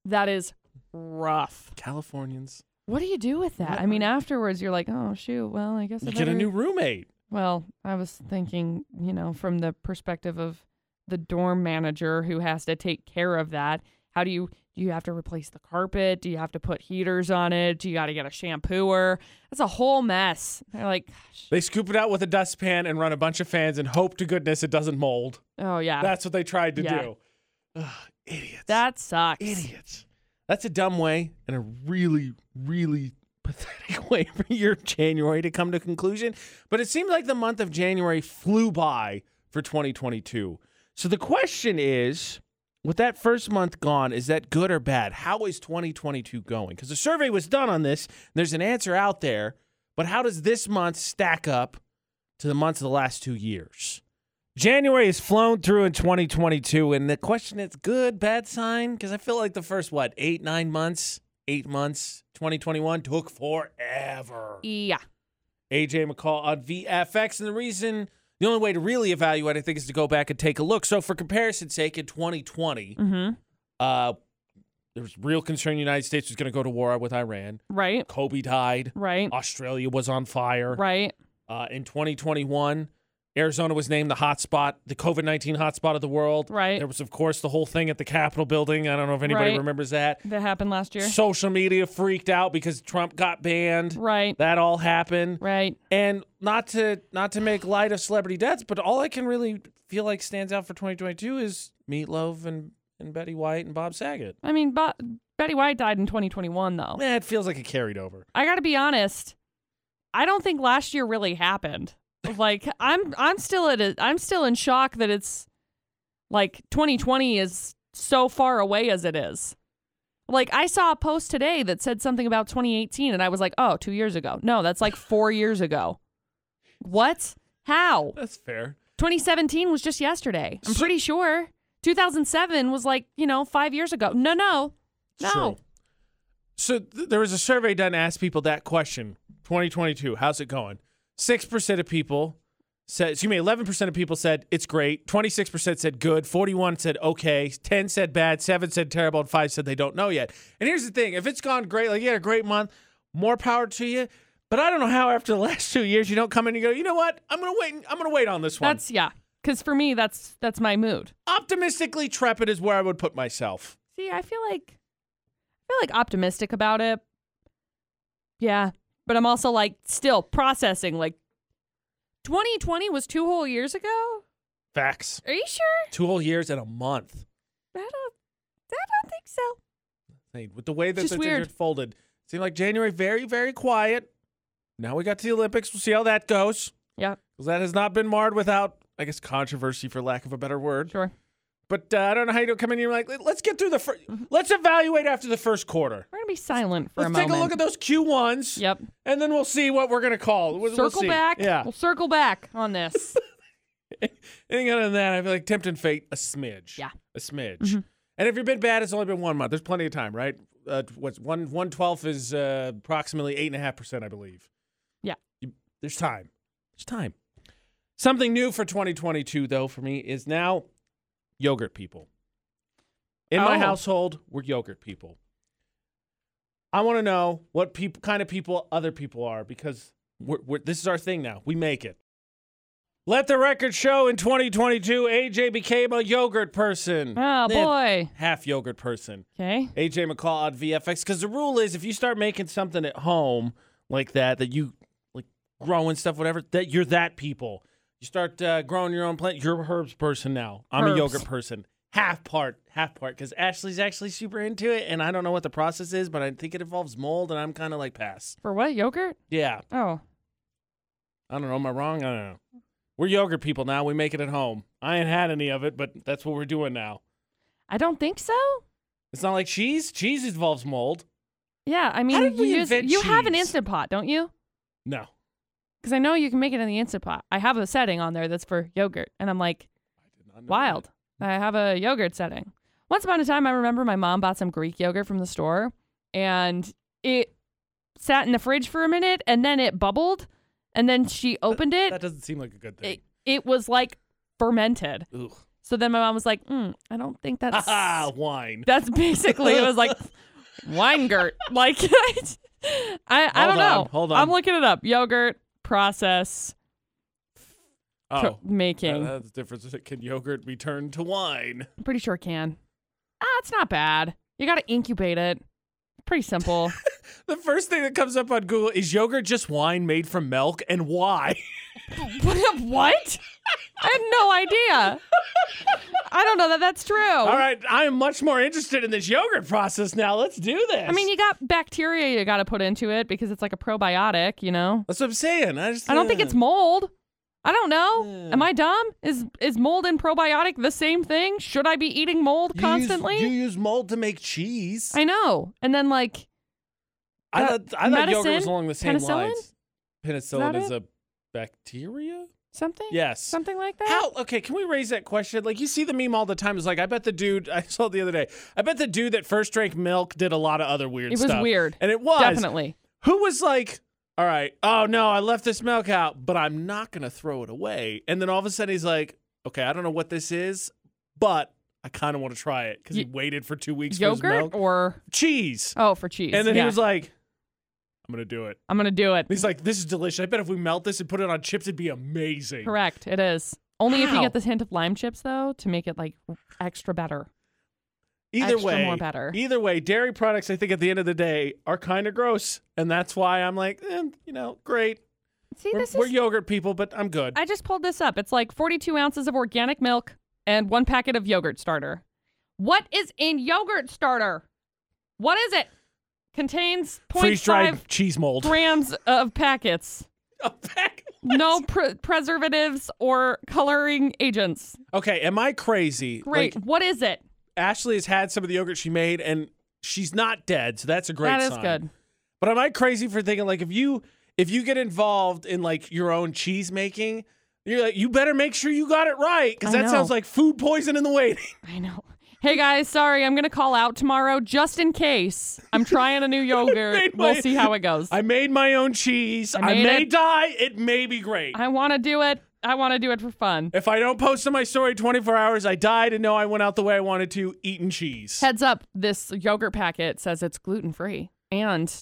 Speaker 2: That is rough.
Speaker 1: Californians.
Speaker 2: What do you do with that? I mean, afterwards, you're like, oh, shoot. Well, I guess I
Speaker 1: You get a
Speaker 2: better-
Speaker 1: new roommate.
Speaker 2: Well, I was thinking, you know, from the perspective of the dorm manager who has to take care of that. How do you do you have to replace the carpet? Do you have to put heaters on it? Do you got to get a shampooer? That's a whole mess. They're like, gosh,
Speaker 1: They scoop it out with a dustpan and run a bunch of fans and hope to goodness it doesn't mold.
Speaker 2: oh yeah,
Speaker 1: That's what they tried to
Speaker 2: Yeah.
Speaker 1: do. Ugh, idiots.
Speaker 2: that sucks.
Speaker 1: idiots. That's a dumb way and a really, really pathetic way for your January to come to conclusion. But it seems like the month of January flew by for 2022. So the question is, with that first month gone, is that good or bad? How is 2022 going? Because the survey was done on this. And there's an answer out there, but how does this month stack up to the months of the last two years? January has flown through in 2022, and the question is good, bad sign? Because I feel like the first, what, eight, nine months, eight months, 2021 took forever.
Speaker 2: Yeah,
Speaker 1: AJ McCall on VFX. And the reason, the only way to really evaluate, I think, is to go back and take a look. So, for comparison's sake, in 2020,
Speaker 2: mm-hmm.
Speaker 1: uh, there was real concern the United States was going to go to war with Iran.
Speaker 2: right,
Speaker 1: Kobe died.
Speaker 2: right,
Speaker 1: Australia was on fire.
Speaker 2: right.
Speaker 1: Uh, in 2021, Arizona was named the hotspot, the COVID 19 hotspot of the world.
Speaker 2: Right.
Speaker 1: There was, of course, the whole thing at the Capitol building. I don't know if anybody
Speaker 2: Right.
Speaker 1: remembers that.
Speaker 2: That happened last year.
Speaker 1: Social media freaked out because Trump got banned.
Speaker 2: Right,
Speaker 1: That all happened.
Speaker 2: right.
Speaker 1: And not to not to make light of celebrity deaths, but all I can really feel like stands out for 2022 is Meatloaf and, and Betty White and Bob Saget.
Speaker 2: I mean, Bo- Betty White died in 2021, though.
Speaker 1: Eh, it feels like it carried over.
Speaker 2: I got to be honest. I don't think last year really happened. Like I'm I'm still at a, I'm still in shock that it's like 2020 is so far away as it is. Like I saw a post today that said something about 2018 and I was like, "Oh, 2 years ago." No, that's like 4 years ago. What? How?
Speaker 1: That's fair.
Speaker 2: 2017 was just yesterday. I'm pretty sure. 2007 was like, you know, 5 years ago. No, no. No.
Speaker 1: True. So th- there was a survey done to ask people that question. 2022, how's it going? 6% of people said, excuse me, 11% of people said it's great. 26% said good. 41 said okay. 10 said bad. 7 said terrible. And 5 said they don't know yet. And here's the thing if it's gone great, like you had a great month, more power to you. But I don't know how after the last two years you don't come in and go, you know what? I'm gonna wait. I'm gonna wait on this one.
Speaker 2: That's yeah. Cuz for me that's that's my mood.
Speaker 1: Optimistically trepid is where I would put myself.
Speaker 2: See, I feel like I feel like optimistic about it. Yeah, but I'm also like still processing like 2020 was two whole years ago?
Speaker 1: Facts.
Speaker 2: Are you sure?
Speaker 1: Two whole years and a month.
Speaker 2: I don't I don't think so.
Speaker 1: thing. With the way that
Speaker 2: Just
Speaker 1: the
Speaker 2: weird.
Speaker 1: thing folded, seemed like January very, very quiet. Now we got to the Olympics. We'll see how that goes.
Speaker 2: Yeah,
Speaker 1: 'Cause that has not been marred without, I guess, controversy for lack of a better word.
Speaker 2: sure.
Speaker 1: But uh, I don't know how you don't come in here like, let's get through the first, let's evaluate after the first quarter.
Speaker 2: We're going to be silent Mm-hmm. for
Speaker 1: Let's
Speaker 2: a
Speaker 1: take
Speaker 2: moment.
Speaker 1: a look at those Q1s,
Speaker 2: Yep.
Speaker 1: and then we'll see what we're going to call. We'll, we'll
Speaker 2: Circle
Speaker 1: see.
Speaker 2: back.
Speaker 1: Yeah.
Speaker 2: We'll circle back on this.
Speaker 1: Anything other than that, I feel like tempting fate a smidge.
Speaker 2: Yeah. Mm-hmm.
Speaker 1: a smidge. And if you've been bad, it's only been one month. There's plenty of time, right? Uh, what's one one twelfth is uh, approximately eight and a half percent, I believe.
Speaker 2: Yeah.
Speaker 1: You- there's time. There's time. Something new for 2022, though, for me is now yogurt people. In my
Speaker 2: Oh.
Speaker 1: household, we're yogurt people. I want to know what peop kind of people other people are because we're, we're, this is our thing now. We make it. Let the record show in 2022, AJ became a yogurt person.
Speaker 2: oh
Speaker 1: Eh,
Speaker 2: boy.
Speaker 1: Half yogurt person.
Speaker 2: Okay.
Speaker 1: AJ McCall on VFX. Because the rule is if you start making something at home like that, that you like growing stuff, whatever, that you're that people. You start uh, growing your own plant. You're a herbs person now. I'm a
Speaker 2: Herbs.
Speaker 1: yogurt person. Half part, half part. Because Ashley's actually super into it. And I don't know what the process is, but I think it involves mold. And I'm kind of like, pass.
Speaker 2: Oh. For what? Yogurt?
Speaker 1: Yeah.
Speaker 2: Oh.
Speaker 1: I don't know. Am I wrong? I don't know. We're yogurt people now. We make it at home. I ain't had any of it, but that's what we're doing now.
Speaker 2: I don't think so.
Speaker 1: It's not like cheese. Cheese involves mold.
Speaker 2: Yeah, I mean,
Speaker 1: did
Speaker 2: you,
Speaker 1: we
Speaker 2: use,
Speaker 1: invent
Speaker 2: you have an
Speaker 1: cheese?
Speaker 2: instant pot, don't you?
Speaker 1: No. I
Speaker 2: Because I know you can make it in the instant pot. I have a setting on there that's for yogurt, and I'm like,
Speaker 1: did not know that.
Speaker 2: wild. I have a yogurt setting. Once upon a time, I remember my mom bought some Greek yogurt from the store and it sat in the fridge for a minute and then it bubbled. And then she opened
Speaker 1: That
Speaker 2: it.
Speaker 1: doesn't seem like a good
Speaker 2: It,
Speaker 1: thing.
Speaker 2: it was like fermented.
Speaker 1: Ugh.
Speaker 2: So then my mom was like, mm, I don't think
Speaker 1: Ha
Speaker 2: that's.
Speaker 1: ha, wine.
Speaker 2: that's basically, it was like winegurt. Like, I, I
Speaker 1: Hold
Speaker 2: don't know.
Speaker 1: on, hold
Speaker 2: I'm
Speaker 1: on.
Speaker 2: looking it up. Yogurt process
Speaker 1: Oh.
Speaker 2: pro- making.
Speaker 1: Uh, that's the difference. Can yogurt be turned to wine?
Speaker 2: I'm pretty sure it can. Ah, it's not bad. You got to incubate it. Pretty simple.
Speaker 1: The first thing that comes up on Google is yogurt just wine made from milk and why?
Speaker 2: what? I had no idea. I don't know that that's true.
Speaker 1: All right, I am much more interested in this yogurt process now. Let's do this.
Speaker 2: I mean, you got bacteria you got to put into it because it's like a probiotic, you know.
Speaker 1: that's what I'm saying. I just
Speaker 2: I don't think it's mold. I don't know. Am
Speaker 1: Yeah.
Speaker 2: I dumb? Is is mold and probiotic the same thing? Should I be eating mold constantly?
Speaker 1: You use, mold to make cheese.
Speaker 2: I know. And then like
Speaker 1: I
Speaker 2: Uh,
Speaker 1: thought, I thought yogurt was
Speaker 2: medicine?
Speaker 1: along the same
Speaker 2: Penicillin?
Speaker 1: lines. Penicillin
Speaker 2: Is that
Speaker 1: is a bacteria.
Speaker 2: something?
Speaker 1: Yes.
Speaker 2: Something like that?
Speaker 1: How? Okay, can we raise that question? Like, you see the meme all the time. It's like, I bet the dude I saw it the other day. I bet the dude that first drank milk did a lot of other weird
Speaker 2: It was
Speaker 1: stuff.
Speaker 2: weird.
Speaker 1: and it was
Speaker 2: Definitely.
Speaker 1: Who was like, all right, oh no, I left this milk out, but I'm not gonna throw it away. And then all of a sudden he's like, okay, I don't know what this is, but I kind of want to try it because he
Speaker 2: Y-
Speaker 1: waited for two weeks for his
Speaker 2: Yogurt
Speaker 1: milk.
Speaker 2: or
Speaker 1: cheese.
Speaker 2: oh, for cheese.
Speaker 1: and then
Speaker 2: yeah.
Speaker 1: he was like, I'm gonna do it.
Speaker 2: I'm going to do it.
Speaker 1: He's like, this is delicious. I bet if we melt this and put it on chips, it'd be amazing.
Speaker 2: Correct. It is. Only if you
Speaker 1: How?
Speaker 2: get this hint of lime chips, though, to make it like extra better.
Speaker 1: Either
Speaker 2: extra
Speaker 1: way,
Speaker 2: more better.
Speaker 1: either way, dairy products, I think at the end of the day, are kind of gross, and that's why I'm like, eh, you know, great.
Speaker 2: See,
Speaker 1: We're,
Speaker 2: this
Speaker 1: we're
Speaker 2: is.
Speaker 1: yogurt people, but I'm good.
Speaker 2: I just pulled this up. It's like 42 ounces of organic milk and one packet of yogurt starter. What is in yogurt starter? What is it? Contains
Speaker 1: Freeze dried
Speaker 2: 0.5
Speaker 1: cheese mold.
Speaker 2: grams of packets.
Speaker 1: A pack-
Speaker 2: No pre- preservatives or coloring agents.
Speaker 1: Okay, am I crazy?
Speaker 2: Great.
Speaker 1: Like,
Speaker 2: what is it?
Speaker 1: Ashley has had some of the yogurt she made, and she's not dead, so that's a great
Speaker 2: That is
Speaker 1: sign.
Speaker 2: good.
Speaker 1: But am I crazy for thinking like if you if you get involved in like your own cheese making, you're like you better make sure you got it right because
Speaker 2: I
Speaker 1: that sounds
Speaker 2: know.
Speaker 1: like food poison in the waiting.
Speaker 2: I know. Hey guys, sorry, I'm gonna call out tomorrow just in case. I'm trying a new yogurt.
Speaker 1: made
Speaker 2: we'll
Speaker 1: my-
Speaker 2: see how it goes. I,
Speaker 1: I made my own cheese. I,
Speaker 2: made
Speaker 1: may
Speaker 2: it.
Speaker 1: die. It may be great.
Speaker 2: want to do it. I want to do it for fun.
Speaker 1: if I don't post on my story 24 hours, I died and know I went out the way I wanted to, eating cheese.
Speaker 2: Heads up, this yogurt packet says it's gluten free and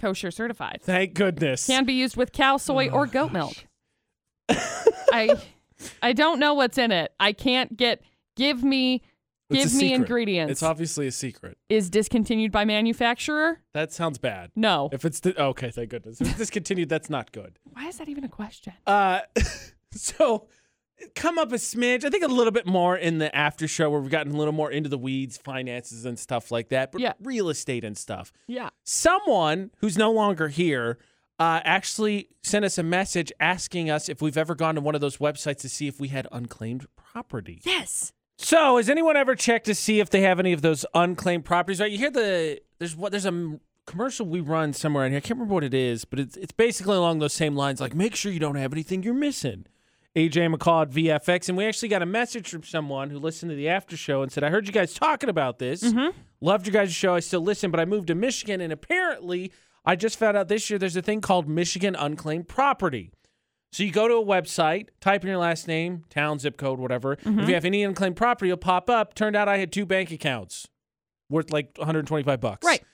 Speaker 2: kosher certified.
Speaker 1: Thank goodness.
Speaker 2: Can be used with cow, soy,
Speaker 1: Oh,
Speaker 2: or goat milk. I I don't know what's in it. I can't get. Give me.
Speaker 1: It's a
Speaker 2: Give me
Speaker 1: secret.
Speaker 2: ingredients.
Speaker 1: It's obviously a secret.
Speaker 2: is discontinued by manufacturer?
Speaker 1: That sounds bad.
Speaker 2: No.
Speaker 1: If it's di- okay, thank goodness. If it's discontinued, that's not good.
Speaker 2: Why is that even a question?
Speaker 1: Uh, so come up a smidge. I think a little bit more in the after show where we've gotten a little more into the weeds, finances, and stuff like that. But
Speaker 2: Yeah.
Speaker 1: real estate and stuff.
Speaker 2: Yeah.
Speaker 1: Someone who's no longer here uh, actually sent us a message asking us if we've ever gone to one of those websites to see if we had unclaimed property.
Speaker 2: Yes.
Speaker 1: So, has anyone ever checked to see if they have any of those unclaimed properties? Right, you hear the there's what there's a m- commercial we run somewhere in here. I can't remember what it is, but it's it's basically along those same lines. Like, make sure you don't have anything you're missing. AJ McCall at VFX, and we actually got a message from someone who listened to the after show and said, "I heard you guys talking about this.
Speaker 2: Mm-hmm.
Speaker 1: Loved your guys' show. I still listen, but I moved to Michigan, and apparently, I just found out this year there's a thing called Michigan unclaimed property." So you go to a website, type in your last name, town, zip code, whatever.
Speaker 2: Mm-hmm.
Speaker 1: If you have any unclaimed property, it'll pop up. Turned out I had two bank accounts worth like 125 bucks.
Speaker 2: Right.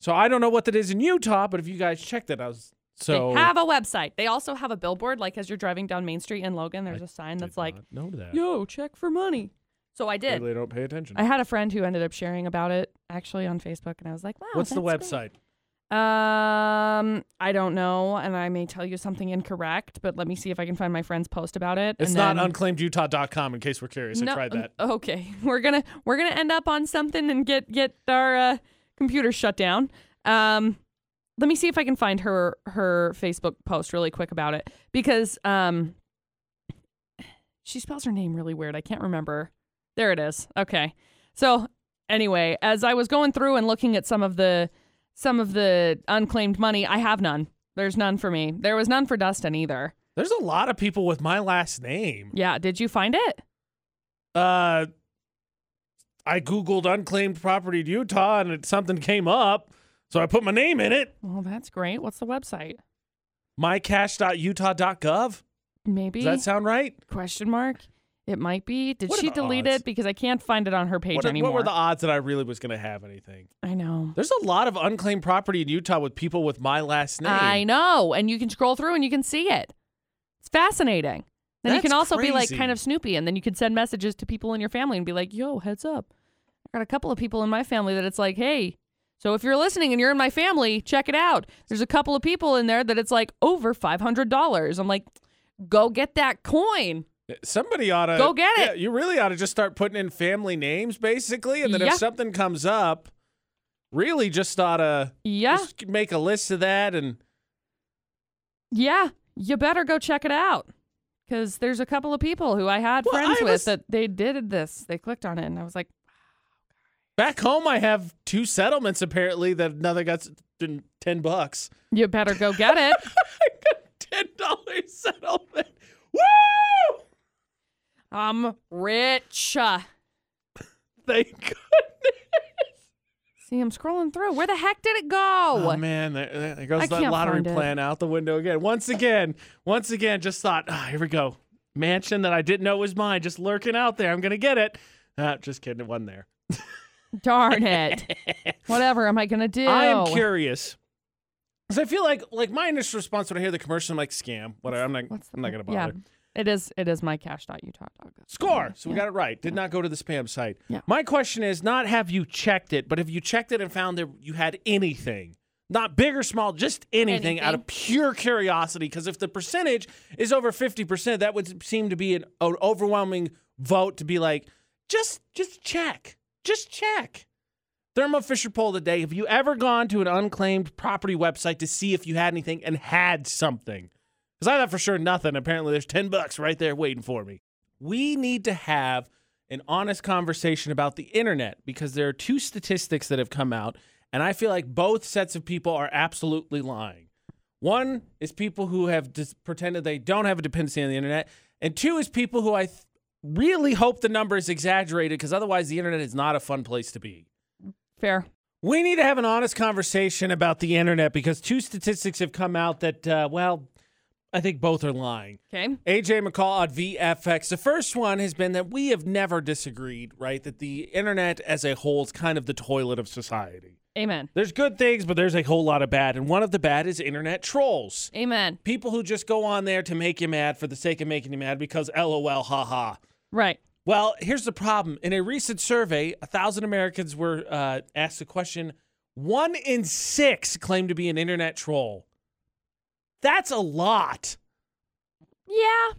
Speaker 1: So I don't know what that is in Utah, but if you guys checked it, I was so
Speaker 2: they have a website. They also have a billboard. Like as you're driving down Main Street in Logan, there's a sign that's like,
Speaker 1: no to that.
Speaker 2: "Yo, check for money." So I did.
Speaker 1: Clearly I don't pay attention.
Speaker 2: I had a friend who ended up sharing about it actually on Facebook, and I was like, "Wow,
Speaker 1: What's the
Speaker 2: Oh, that's great.
Speaker 1: website?
Speaker 2: Um, I don't know, and I may tell you something incorrect, but let me see if I can find my friend's post about it.
Speaker 1: It's
Speaker 2: and
Speaker 1: not
Speaker 2: then-
Speaker 1: unclaimedutah.com in case we're curious. I
Speaker 2: No,
Speaker 1: tried
Speaker 2: um,
Speaker 1: that.
Speaker 2: Okay, we're gonna we're gonna end up on something and get get our uh, computer shut down. Um, let me see if I can find her her Facebook post really quick about it because um she spells her name really weird. I can't remember. There it is. Okay. So anyway, as I was going through and looking at some of the some of the unclaimed money, I have none. There's none for me. There was none for Dustin either.
Speaker 1: There's a lot of people with my last name.
Speaker 2: Yeah, did you find it?
Speaker 1: Uh, I Googled unclaimed property in Utah and it, something came up. So I put my name in it.
Speaker 2: Well, that's great. What's the website?
Speaker 1: Mycash.utah.gov.
Speaker 2: Maybe
Speaker 1: Does that sound right?
Speaker 2: question mark. It might be. Did
Speaker 1: What are
Speaker 2: she
Speaker 1: the
Speaker 2: delete
Speaker 1: odds?
Speaker 2: it? Because I can't find it on her page
Speaker 1: What,
Speaker 2: anymore.
Speaker 1: what were the odds that I really was going to have anything?
Speaker 2: I know.
Speaker 1: There's a lot of unclaimed property in Utah with people with my last name.
Speaker 2: I know. And you can scroll through and you can see it. It's fascinating. Then
Speaker 1: That's
Speaker 2: you can also be like
Speaker 1: crazy.
Speaker 2: kind of snoopy and then you can send messages to people in your family and be like, yo, heads up. I got a couple of people in my family that it's like, hey, so if you're listening and you're in my family, check it out. There's a couple of people in there that it's like over $500. I'm like, go get that coin.
Speaker 1: Somebody ought to
Speaker 2: Go get it.
Speaker 1: Yeah, you really ought to just start putting in family names, basically, and then
Speaker 2: Yeah.
Speaker 1: if something comes up, really just ought to
Speaker 2: Yeah.
Speaker 1: just make a list of that. And
Speaker 2: Yeah, you better go check it out. Because there's a couple of people who I had
Speaker 1: Well,
Speaker 2: friends
Speaker 1: I
Speaker 2: with
Speaker 1: was-
Speaker 2: that they did this. They clicked on it, and I was like,
Speaker 1: back home, I have two settlements apparently that another got s- ten- ten bucks,
Speaker 2: "You better go get it."
Speaker 1: ten dollars settlement. Woo!
Speaker 2: I'm rich.
Speaker 1: Thank God.
Speaker 2: See, I'm scrolling through. Where the heck did it go?
Speaker 1: Oh man, there, there goes
Speaker 2: I
Speaker 1: that
Speaker 2: can't
Speaker 1: lottery
Speaker 2: find it.
Speaker 1: plan out the window again. Once again, once again, just thought, ah, here we go. Mansion that I didn't know was mine, just lurking out there. I'm gonna get it. Ah, just kidding, it wasn't there.
Speaker 2: Darn it! Whatever am I gonna do?
Speaker 1: I am curious. Because I feel like like my initial response when I hear the commercial, I'm like, scam. Whatever. I'm not
Speaker 2: What's the
Speaker 1: I'm not gonna
Speaker 2: point?
Speaker 1: bother.
Speaker 2: Yeah, it is. It is my cash.utah.gov.
Speaker 1: Score. So we got it right. Did not go to the spam site.
Speaker 2: Yeah.
Speaker 1: My question is not have you checked it, but have you checked it and found that you had anything? Not big or small, just anything, out of pure curiosity. Because if the percentage is over 50%, that would seem to be an, an overwhelming vote to be like, just just check. Just check. Thermo Fisher poll today. Have you ever gone to an unclaimed property website to see if you had anything and had something? Because I thought for sure nothing. Apparently, there's 10 bucks right there waiting for me. We need to have an honest conversation about the internet because there are two statistics that have come out, and I feel like both sets of people are absolutely lying. One is people who have dis- pretended they don't have a dependency on the internet, and two is people who I th- really hope the number is exaggerated because otherwise, the internet is not a fun place to be.
Speaker 2: Fair.
Speaker 1: We need to have an honest conversation about the internet because two statistics have come out that, uh, well, I think both are lying.
Speaker 2: Okay.
Speaker 1: AJ McCall on VFX. The first one has been that we have never disagreed, right? That the internet as a whole is kind of the toilet of society.
Speaker 2: Amen.
Speaker 1: There's good things, but there's a whole lot of bad. And one of the bad is internet trolls.
Speaker 2: Amen.
Speaker 1: People who just go on there to make you mad for the sake of making you mad because lol, haha.
Speaker 2: Right.
Speaker 1: Well, here's the problem. In a recent survey, 1,000 Americans were uh, asked the question one in six claimed to be an internet troll. That's a lot.
Speaker 2: Yeah.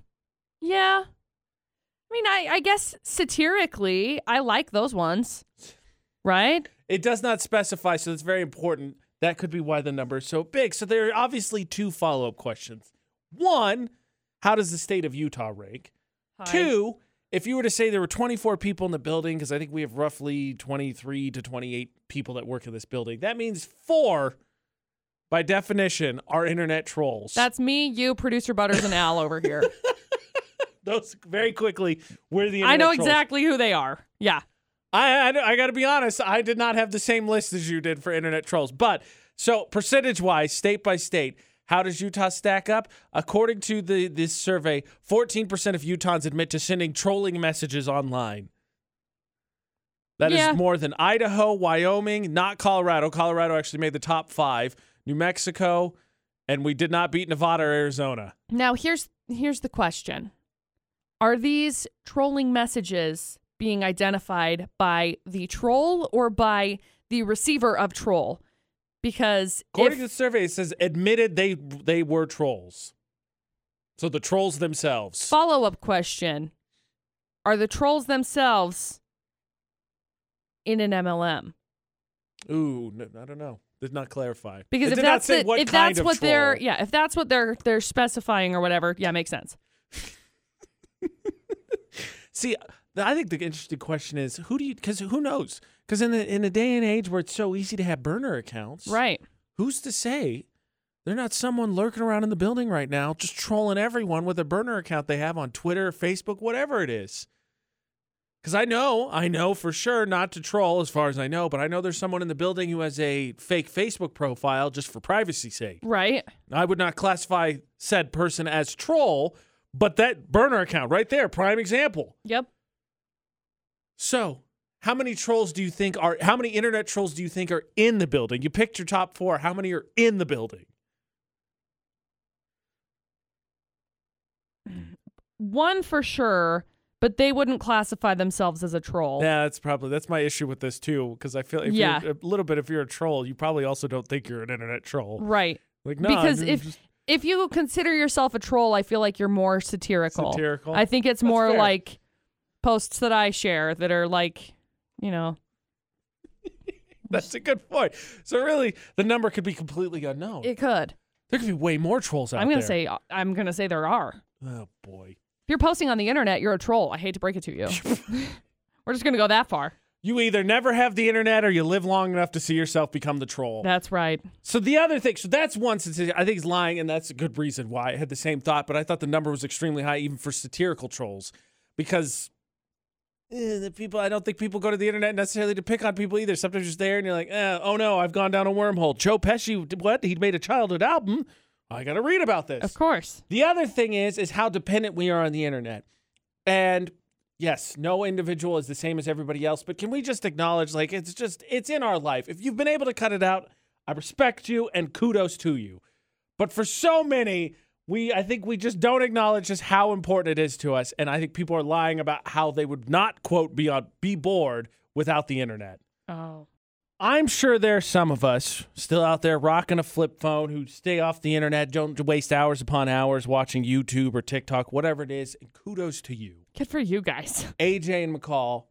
Speaker 2: Yeah. I mean, I, I guess satirically, I like those ones. Right?
Speaker 1: It does not specify, so that's very important. That could be why the number is so big. So there are obviously two follow up questions. One, how does the state of Utah rank? Two, if you were to say there were 24 people in the building, because I think we have roughly 23 to 28 people that work in this building, that means four, by definition, are internet trolls.
Speaker 2: That's me, you, producer Butters, and Al over here.
Speaker 1: Those very quickly, we're the internet
Speaker 2: I know
Speaker 1: trolls.
Speaker 2: exactly who they are. Yeah.
Speaker 1: I, I, I got to be honest, I did not have the same list as you did for internet trolls. But so percentage wise, state by state, how does Utah stack up? According to the this survey, 14% of Utahns admit to sending trolling messages online. That is
Speaker 2: Yeah.
Speaker 1: more than Idaho, Wyoming, not Colorado. Colorado actually made the top five. New Mexico, and we did not beat Nevada or Arizona.
Speaker 2: Now here's here's the question. Are these trolling messages being identified by the troll or by the receiver of troll? Because
Speaker 1: According
Speaker 2: if-
Speaker 1: to the survey, it says admitted they they were trolls. So the trolls themselves.
Speaker 2: Follow up question Are the trolls themselves in an MLM?
Speaker 1: Ooh, no, I don't know. Did not clarify.
Speaker 2: Because
Speaker 1: It
Speaker 2: if
Speaker 1: did not
Speaker 2: that's
Speaker 1: say
Speaker 2: the,
Speaker 1: what
Speaker 2: if
Speaker 1: kind
Speaker 2: that's
Speaker 1: of
Speaker 2: what they're
Speaker 1: troll.
Speaker 2: yeah if that's what they're they're specifying or whatever yeah makes sense.
Speaker 1: See, th- I think the interesting question is who do you because who knows? Because in the in a day and age where it's so easy to have burner accounts,
Speaker 2: Right.
Speaker 1: Who's to say they're not someone lurking around in the building right now, just trolling everyone with a burner account they have on Twitter, Facebook, whatever it is? Because I know, I know for sure not to troll as far as I know, but I know there's someone in the building who has a fake Facebook profile just for privacy's sake.
Speaker 2: Right.
Speaker 1: I would not classify said person as troll, but that burner account right there, prime example.
Speaker 2: Yep.
Speaker 1: So, how many trolls do you think are how many internet trolls do you think are in the building? You picked your top 4, how many are in the building?
Speaker 2: One for sure, but they wouldn't classify themselves as a troll.
Speaker 1: Yeah, that's probably that's my issue with this too cuz I feel if
Speaker 2: Yeah.
Speaker 1: you're a little bit if you're a troll, you probably also don't think you're an internet troll.
Speaker 2: Right.
Speaker 1: Like no,
Speaker 2: because
Speaker 1: I'm
Speaker 2: if
Speaker 1: just
Speaker 2: if you consider yourself a troll, I feel like you're more satirical.
Speaker 1: satirical.
Speaker 2: I think it's more
Speaker 1: fair.
Speaker 2: like posts that I share that are like, you know,
Speaker 1: that's a good point. So really, the number could be completely unknown.
Speaker 2: it could.
Speaker 1: there could be way more trolls out
Speaker 2: I'm gonna
Speaker 1: there.
Speaker 2: say uh, I'm gonna say there are. If
Speaker 1: Oh boy.
Speaker 2: you're posting on the internet, you're a troll. I hate to break it to you. We're just gonna go that far.
Speaker 1: You either never have the internet or you live long enough to see yourself become the troll.
Speaker 2: That's right.
Speaker 1: So the other thing, so that's one statistic. I think he's lying, and that's a good reason why I had the same thought. But I thought the number was extremely high, even for satirical trolls, because eh, the people. I don't think people go to the internet necessarily to pick on people either. Sometimes you're just there, and you're like, eh, oh no, I've gone down a wormhole. Joe Pesci, did what? He made a childhood album. I got to read about this.
Speaker 2: Of course.
Speaker 1: The other thing is is how dependent we are on the internet. And yes, no individual is the same as everybody else, but can we just acknowledge like it's just it's in our life. If you've been able to cut it out, I respect you and kudos to you. But for so many, we I think we just don't acknowledge just how important it is to us and I think people are lying about how they would not quote be on be bored without the internet.
Speaker 2: Oh.
Speaker 1: I'm sure there are some of us still out there rocking a flip phone who stay off the internet, don't waste hours upon hours watching YouTube or TikTok, whatever it is. And kudos to you,
Speaker 2: Good for you guys.
Speaker 1: AJ and McCall,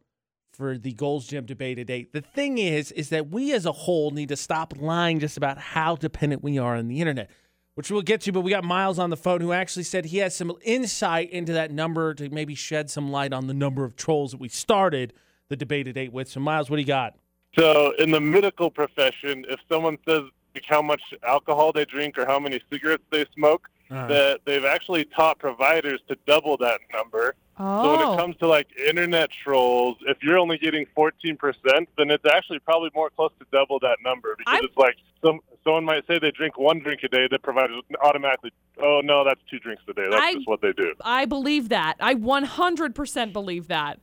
Speaker 1: for the Goals Gym debate today. The thing is, is that we as a whole need to stop lying just about how dependent we are on the internet, which we'll get to. But we got Miles on the phone who actually said he has some insight into that number to maybe shed some light on the number of trolls that we started the debate today with. So, Miles, what do you got?
Speaker 4: So, in the medical profession, if someone says like, how much alcohol they drink or how many cigarettes they smoke, that they've actually taught providers to double that number. So, when it
Speaker 2: Oh.
Speaker 4: comes to like internet trolls, if you're only getting 14%, then it's actually probably more close to double that number because
Speaker 2: I'm-
Speaker 4: it's like some someone might say they drink one drink a day, the provider automatically, oh no, that's two drinks a day. That's
Speaker 2: I-
Speaker 4: just what they do.
Speaker 2: I believe that. I 100% believe that.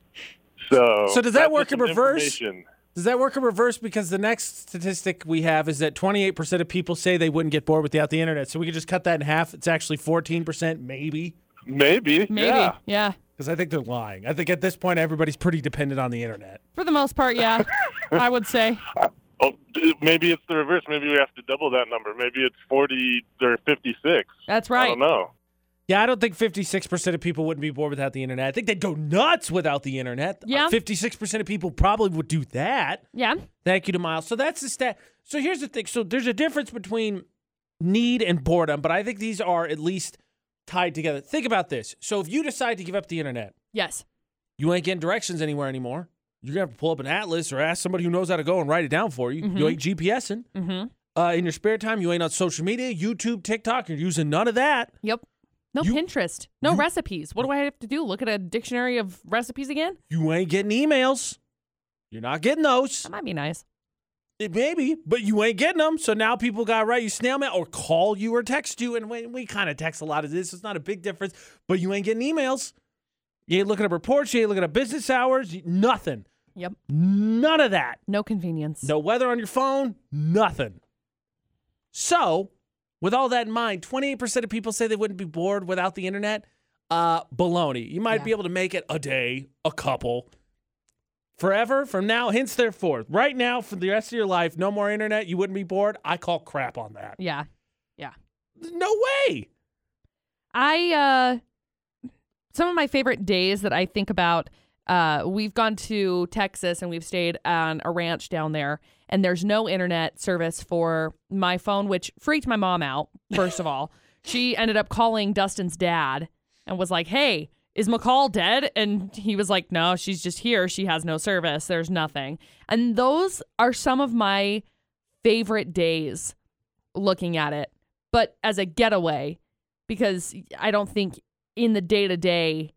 Speaker 4: So,
Speaker 1: So does that
Speaker 4: that's
Speaker 1: work
Speaker 4: just
Speaker 1: in
Speaker 4: some
Speaker 1: reverse?
Speaker 4: information.
Speaker 1: Does that work in reverse? Because the next statistic we have is that 28% of people say they wouldn't get bored without the internet. So we could just cut that in half. It's actually 14%, maybe.
Speaker 4: Maybe.
Speaker 2: Maybe.
Speaker 4: Yeah.
Speaker 2: yeah.
Speaker 1: Because I think they're lying. I think at this point, everybody's pretty dependent on the internet.
Speaker 2: For the most part, yeah. I would say.
Speaker 4: Oh, d- maybe it's the reverse. Maybe we have to double that number. Maybe it's 40 or 56.
Speaker 2: That's
Speaker 4: I
Speaker 2: right.
Speaker 4: don't know.
Speaker 1: Yeah, I don't think 56% of people wouldn't be bored without the internet. I think they'd go nuts without the internet.
Speaker 2: Yeah.
Speaker 1: 56% of people probably would do that.
Speaker 2: Yeah.
Speaker 1: Thank you to Miles. So that's the stat. So here's the thing. So there's a difference between need and boredom, but I think these are at least tied together. Think about this. So if you decide to give up the internet,
Speaker 2: Yes.
Speaker 1: you ain't getting directions anywhere anymore. You're gonna have to pull up an atlas or ask somebody who knows how to go and write it down for you. You ain't GPSing
Speaker 2: Mm-hmm.
Speaker 1: uh, in your spare time. You ain't on social media, YouTube, TikTok. You're using none of that.
Speaker 2: Yep. No
Speaker 1: You-
Speaker 2: Pinterest. No recipes. What do I have to do? Look at a dictionary of recipes again?
Speaker 1: You ain't getting emails. You're not getting those.
Speaker 2: That might be nice.
Speaker 1: It maybe, but you ain't getting them. So now people got to write you snail mail or call you or text you. And we, we kind of text a lot of this. so It's not a big difference, but you ain't getting emails. You ain't looking at reports. You ain't looking at business hours. you- Nothing.
Speaker 2: Yep.
Speaker 1: None of that.
Speaker 2: No convenience.
Speaker 1: No weather on your phone, nothing. So, with all that in mind, 28% of people say they wouldn't be bored without the internet. Uh, baloney. You might
Speaker 2: Yeah.
Speaker 1: be able to make it a day, a couple, forever, from now, hence therefore. Right now, for the rest of your life, no more internet, you wouldn't be bored. I call crap on that.
Speaker 2: Yeah.
Speaker 1: No way.
Speaker 2: I uh some of my favorite days that I think about uh, we've gone to Texas and we've stayed on a ranch down there, and there's no internet service for my phone, which freaked my mom out, first of all. She ended up calling Dustin's dad and was like, Hey, is McCall dead? And he was like, No, she's just here. She has no service. There's nothing. And those are some of my favorite days looking at it, but as a getaway, because I don't think in the day to day,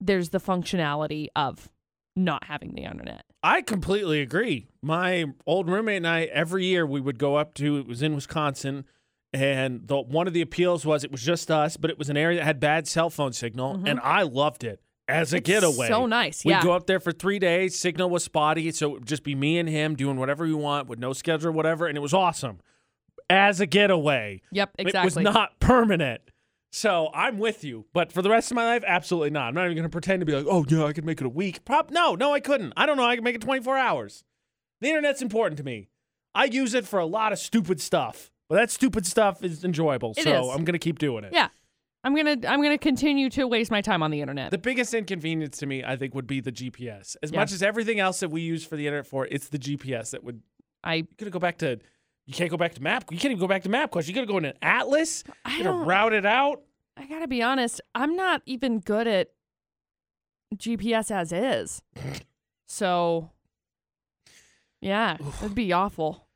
Speaker 2: there's the functionality of not having the internet.
Speaker 1: I completely agree. My old roommate and I, every year we would go up to, it was in Wisconsin, and the, one of the appeals was it was just us, but it was an area that had bad cell phone signal, and I loved it as a
Speaker 2: Mm-hmm. It's
Speaker 1: getaway.
Speaker 2: so nice,
Speaker 1: We'd
Speaker 2: yeah.
Speaker 1: go up there for three days, signal was spotty, so it would just be me and him doing whatever we want with no schedule or whatever, and it was awesome as a getaway.
Speaker 2: Yep, exactly.
Speaker 1: It was not permanent. So I'm with you, but for the rest of my life, absolutely not. I'm not even going to pretend to be like, oh yeah, I could make it a week. Prob- no, no, I couldn't. I don't know. I could make it 24 hours. The internet's important to me. I use it for a lot of stupid stuff, but that stupid stuff is enjoyable.
Speaker 2: It
Speaker 1: so
Speaker 2: is.
Speaker 1: I'm going to keep doing it.
Speaker 2: yeah. I'm going to I'm going to continue to waste my time on the internet.
Speaker 1: The biggest inconvenience to me, I think, would be the GPS. As
Speaker 2: Yeah.
Speaker 1: much as everything else that we use for the internet for, it's the GPS that would.
Speaker 2: I
Speaker 1: You gotta go back to. You can't go back to map. You can't even go back to map because you gotta go in an atlas.
Speaker 2: I
Speaker 1: You gotta
Speaker 2: don't
Speaker 1: route it out.
Speaker 2: I got to be honest, I'm not even good at GPS as is. so yeah, it'd be awful.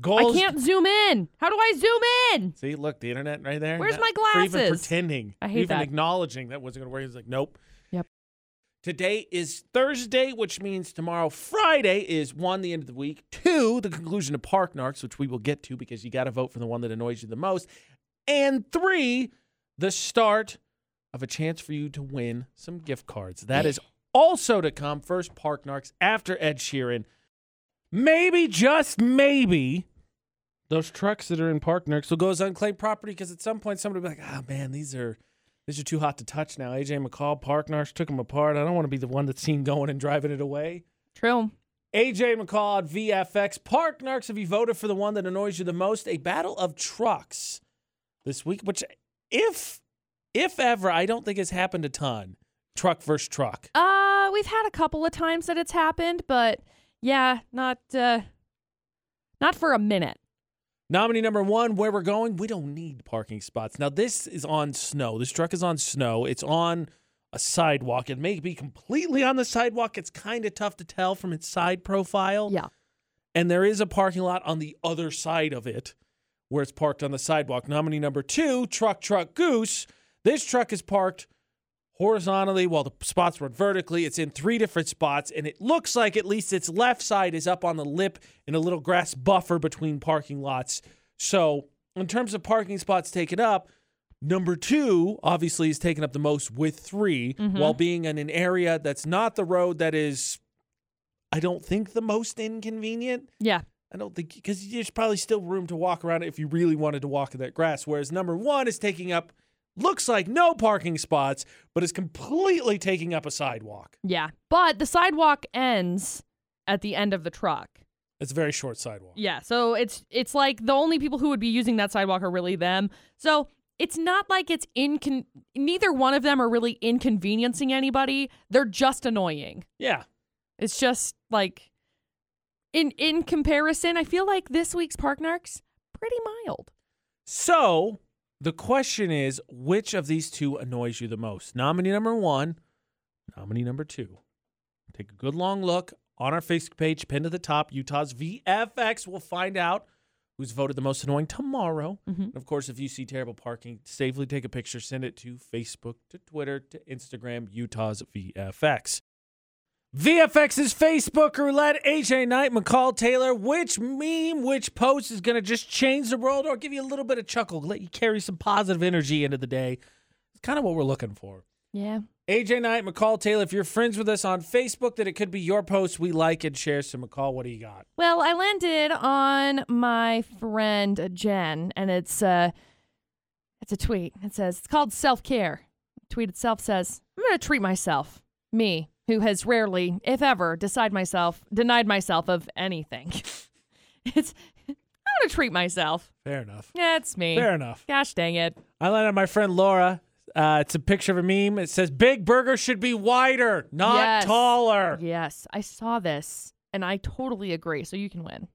Speaker 1: Goals.
Speaker 2: I can't zoom in. How do I zoom in?
Speaker 1: See, look, the internet right there.
Speaker 2: Where's
Speaker 1: Not-
Speaker 2: my
Speaker 1: For even
Speaker 2: glasses?
Speaker 1: pretending.
Speaker 2: I hate
Speaker 1: even
Speaker 2: that.
Speaker 1: acknowledging that wasn't going to work. He's like, nope.
Speaker 2: Yep.
Speaker 1: Today is Thursday, which means tomorrow, Friday, is one, the end of the week, two, the conclusion of Park Narcs, which we will get to because you got to vote for the one that annoys you the most, and three, the start of a chance for you to win some gift cards. That is also to come. First, Park Narcs, after Ed Sheeran. Maybe, just maybe, those trucks that are in Park Narcs will go as unclaimed property because at some point somebody will be like, oh man, these are these are too hot to touch now. AJ McCall, Park Narcs took them apart. I don't want to be the one that's seen going and driving it away.
Speaker 2: True.
Speaker 1: AJ McCall at VFX. Park Narcs, have you voted for the one that annoys you the most? A battle of trucks this week, which if if ever, I don't think has happened a ton. Truck versus truck.
Speaker 2: Uh, we've had a couple of times that it's happened, but yeah, not uh not for a minute.
Speaker 1: Nominee number one, where we're going, we don't need parking spots. Now, this is on snow. This truck is on snow. It's on a sidewalk. It may be completely on the sidewalk. It's kind of tough to tell from its side profile.
Speaker 2: Yeah.
Speaker 1: And there is a parking lot on the other side of it where it's parked on the sidewalk. Nominee number two, truck, truck, goose. This truck is parked horizontally while the spots were vertically. It's in three different spots, and it looks like at least its left side is up on the lip in a little grass buffer between parking lots. So, in terms of parking spots taken up, number two obviously is taken up the most with 3 while being in an area that's not the road that is, I don't think, the most inconvenient.
Speaker 2: Yeah.
Speaker 1: I don't think because there's probably still room to walk around it if you really wanted to walk in that grass. Whereas number one is taking up looks like no parking spots, but is completely taking up a sidewalk.
Speaker 2: Yeah. But the sidewalk ends at the end of the truck.
Speaker 1: It's a very short sidewalk.
Speaker 2: Yeah. So it's it's like the only people who would be using that sidewalk are really them. So it's not like it's incon neither one of them are really inconveniencing anybody. They're just annoying.
Speaker 1: Yeah.
Speaker 2: It's just like in in comparison, I feel like this week's Park Narcs pretty mild.
Speaker 1: So the question is, which of these two annoys you the most? Nominee number one, nominee number two. Take a good long look on our Facebook page, pinned to the top. Utah's VFX will find out who's voted the most annoying tomorrow. And of course, if you see terrible parking, safely take a picture, send it to Facebook, to Twitter, to Instagram, Utah's VFX. VFX's Facebook roulette, AJ Knight, McCall Taylor. Which meme, which post is going to just change the world or give you a little bit of chuckle, let you carry some positive energy into the day? It's kind of what we're looking for.
Speaker 2: Yeah.
Speaker 1: AJ Knight, McCall Taylor, if you're friends with us on Facebook, that it could be your post we like and share. So, McCall, what do you got?
Speaker 2: Well, I landed on my friend uh, Jen, and it's uh, it's a tweet. It says it's called self care. Tweet itself says, "I'm gonna treat myself." Me, who has rarely, if ever, decide myself denied myself of anything. it's I'm gonna treat myself.
Speaker 1: Fair enough.
Speaker 2: Yeah, it's me.
Speaker 1: Fair enough.
Speaker 2: Gosh dang it!
Speaker 1: I landed on my friend Laura. Uh, it's a picture of a meme. It says, "Big burger should be wider, not
Speaker 2: Yes.
Speaker 1: taller."
Speaker 2: Yes, I saw this and I totally agree. So you can win.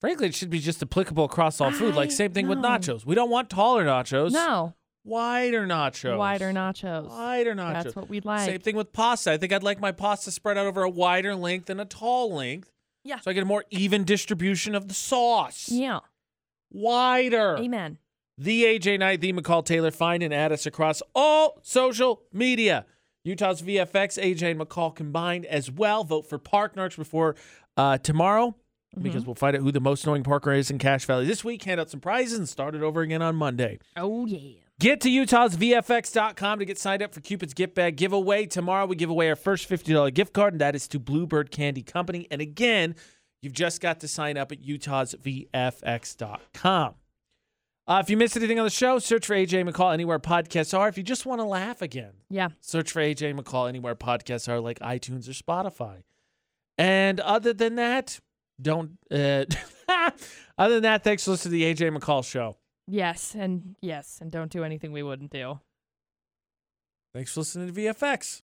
Speaker 1: Frankly, it should be just applicable across all food. Like
Speaker 2: I
Speaker 1: same thing with
Speaker 2: know.
Speaker 1: nachos. We don't want taller nachos.
Speaker 2: No,
Speaker 1: wider nachos.
Speaker 2: wider nachos.
Speaker 1: Wider nachos.
Speaker 2: That's what we'd like.
Speaker 1: Same thing with pasta. I think I'd like my pasta spread out over a wider length and a tall length.
Speaker 2: Yeah.
Speaker 1: So I get a more even distribution of the sauce.
Speaker 2: Yeah.
Speaker 1: Wider.
Speaker 2: Amen.
Speaker 1: The AJ Knight, the McCall Taylor, find and add us across all social media. Utah's VFX, AJ and McCall combined as well. Vote for Park Narks before uh, tomorrow because we'll find out who the most annoying Parker is in Cash Valley this week, hand out some prizes, and start it over again on Monday.
Speaker 2: Oh yeah.
Speaker 1: Get to utahsvfx.com to get signed up for Cupid's Gift Bag giveaway. Tomorrow we give away our first $50 gift card, and that is to Bluebird Candy Company. And again, you've just got to sign up at utahsvfx.com. Uh, if you missed anything on the show, search for AJ McCall anywhere podcasts are. If you just want to laugh again,
Speaker 2: Yeah.
Speaker 1: search for AJ McCall anywhere podcasts are, like iTunes or Spotify. And other than that, don't. Uh, other than that, thanks for listening to the AJ McCall show.
Speaker 2: Yes, and yes, and don't do anything we wouldn't do.
Speaker 1: Thanks for listening to VFX.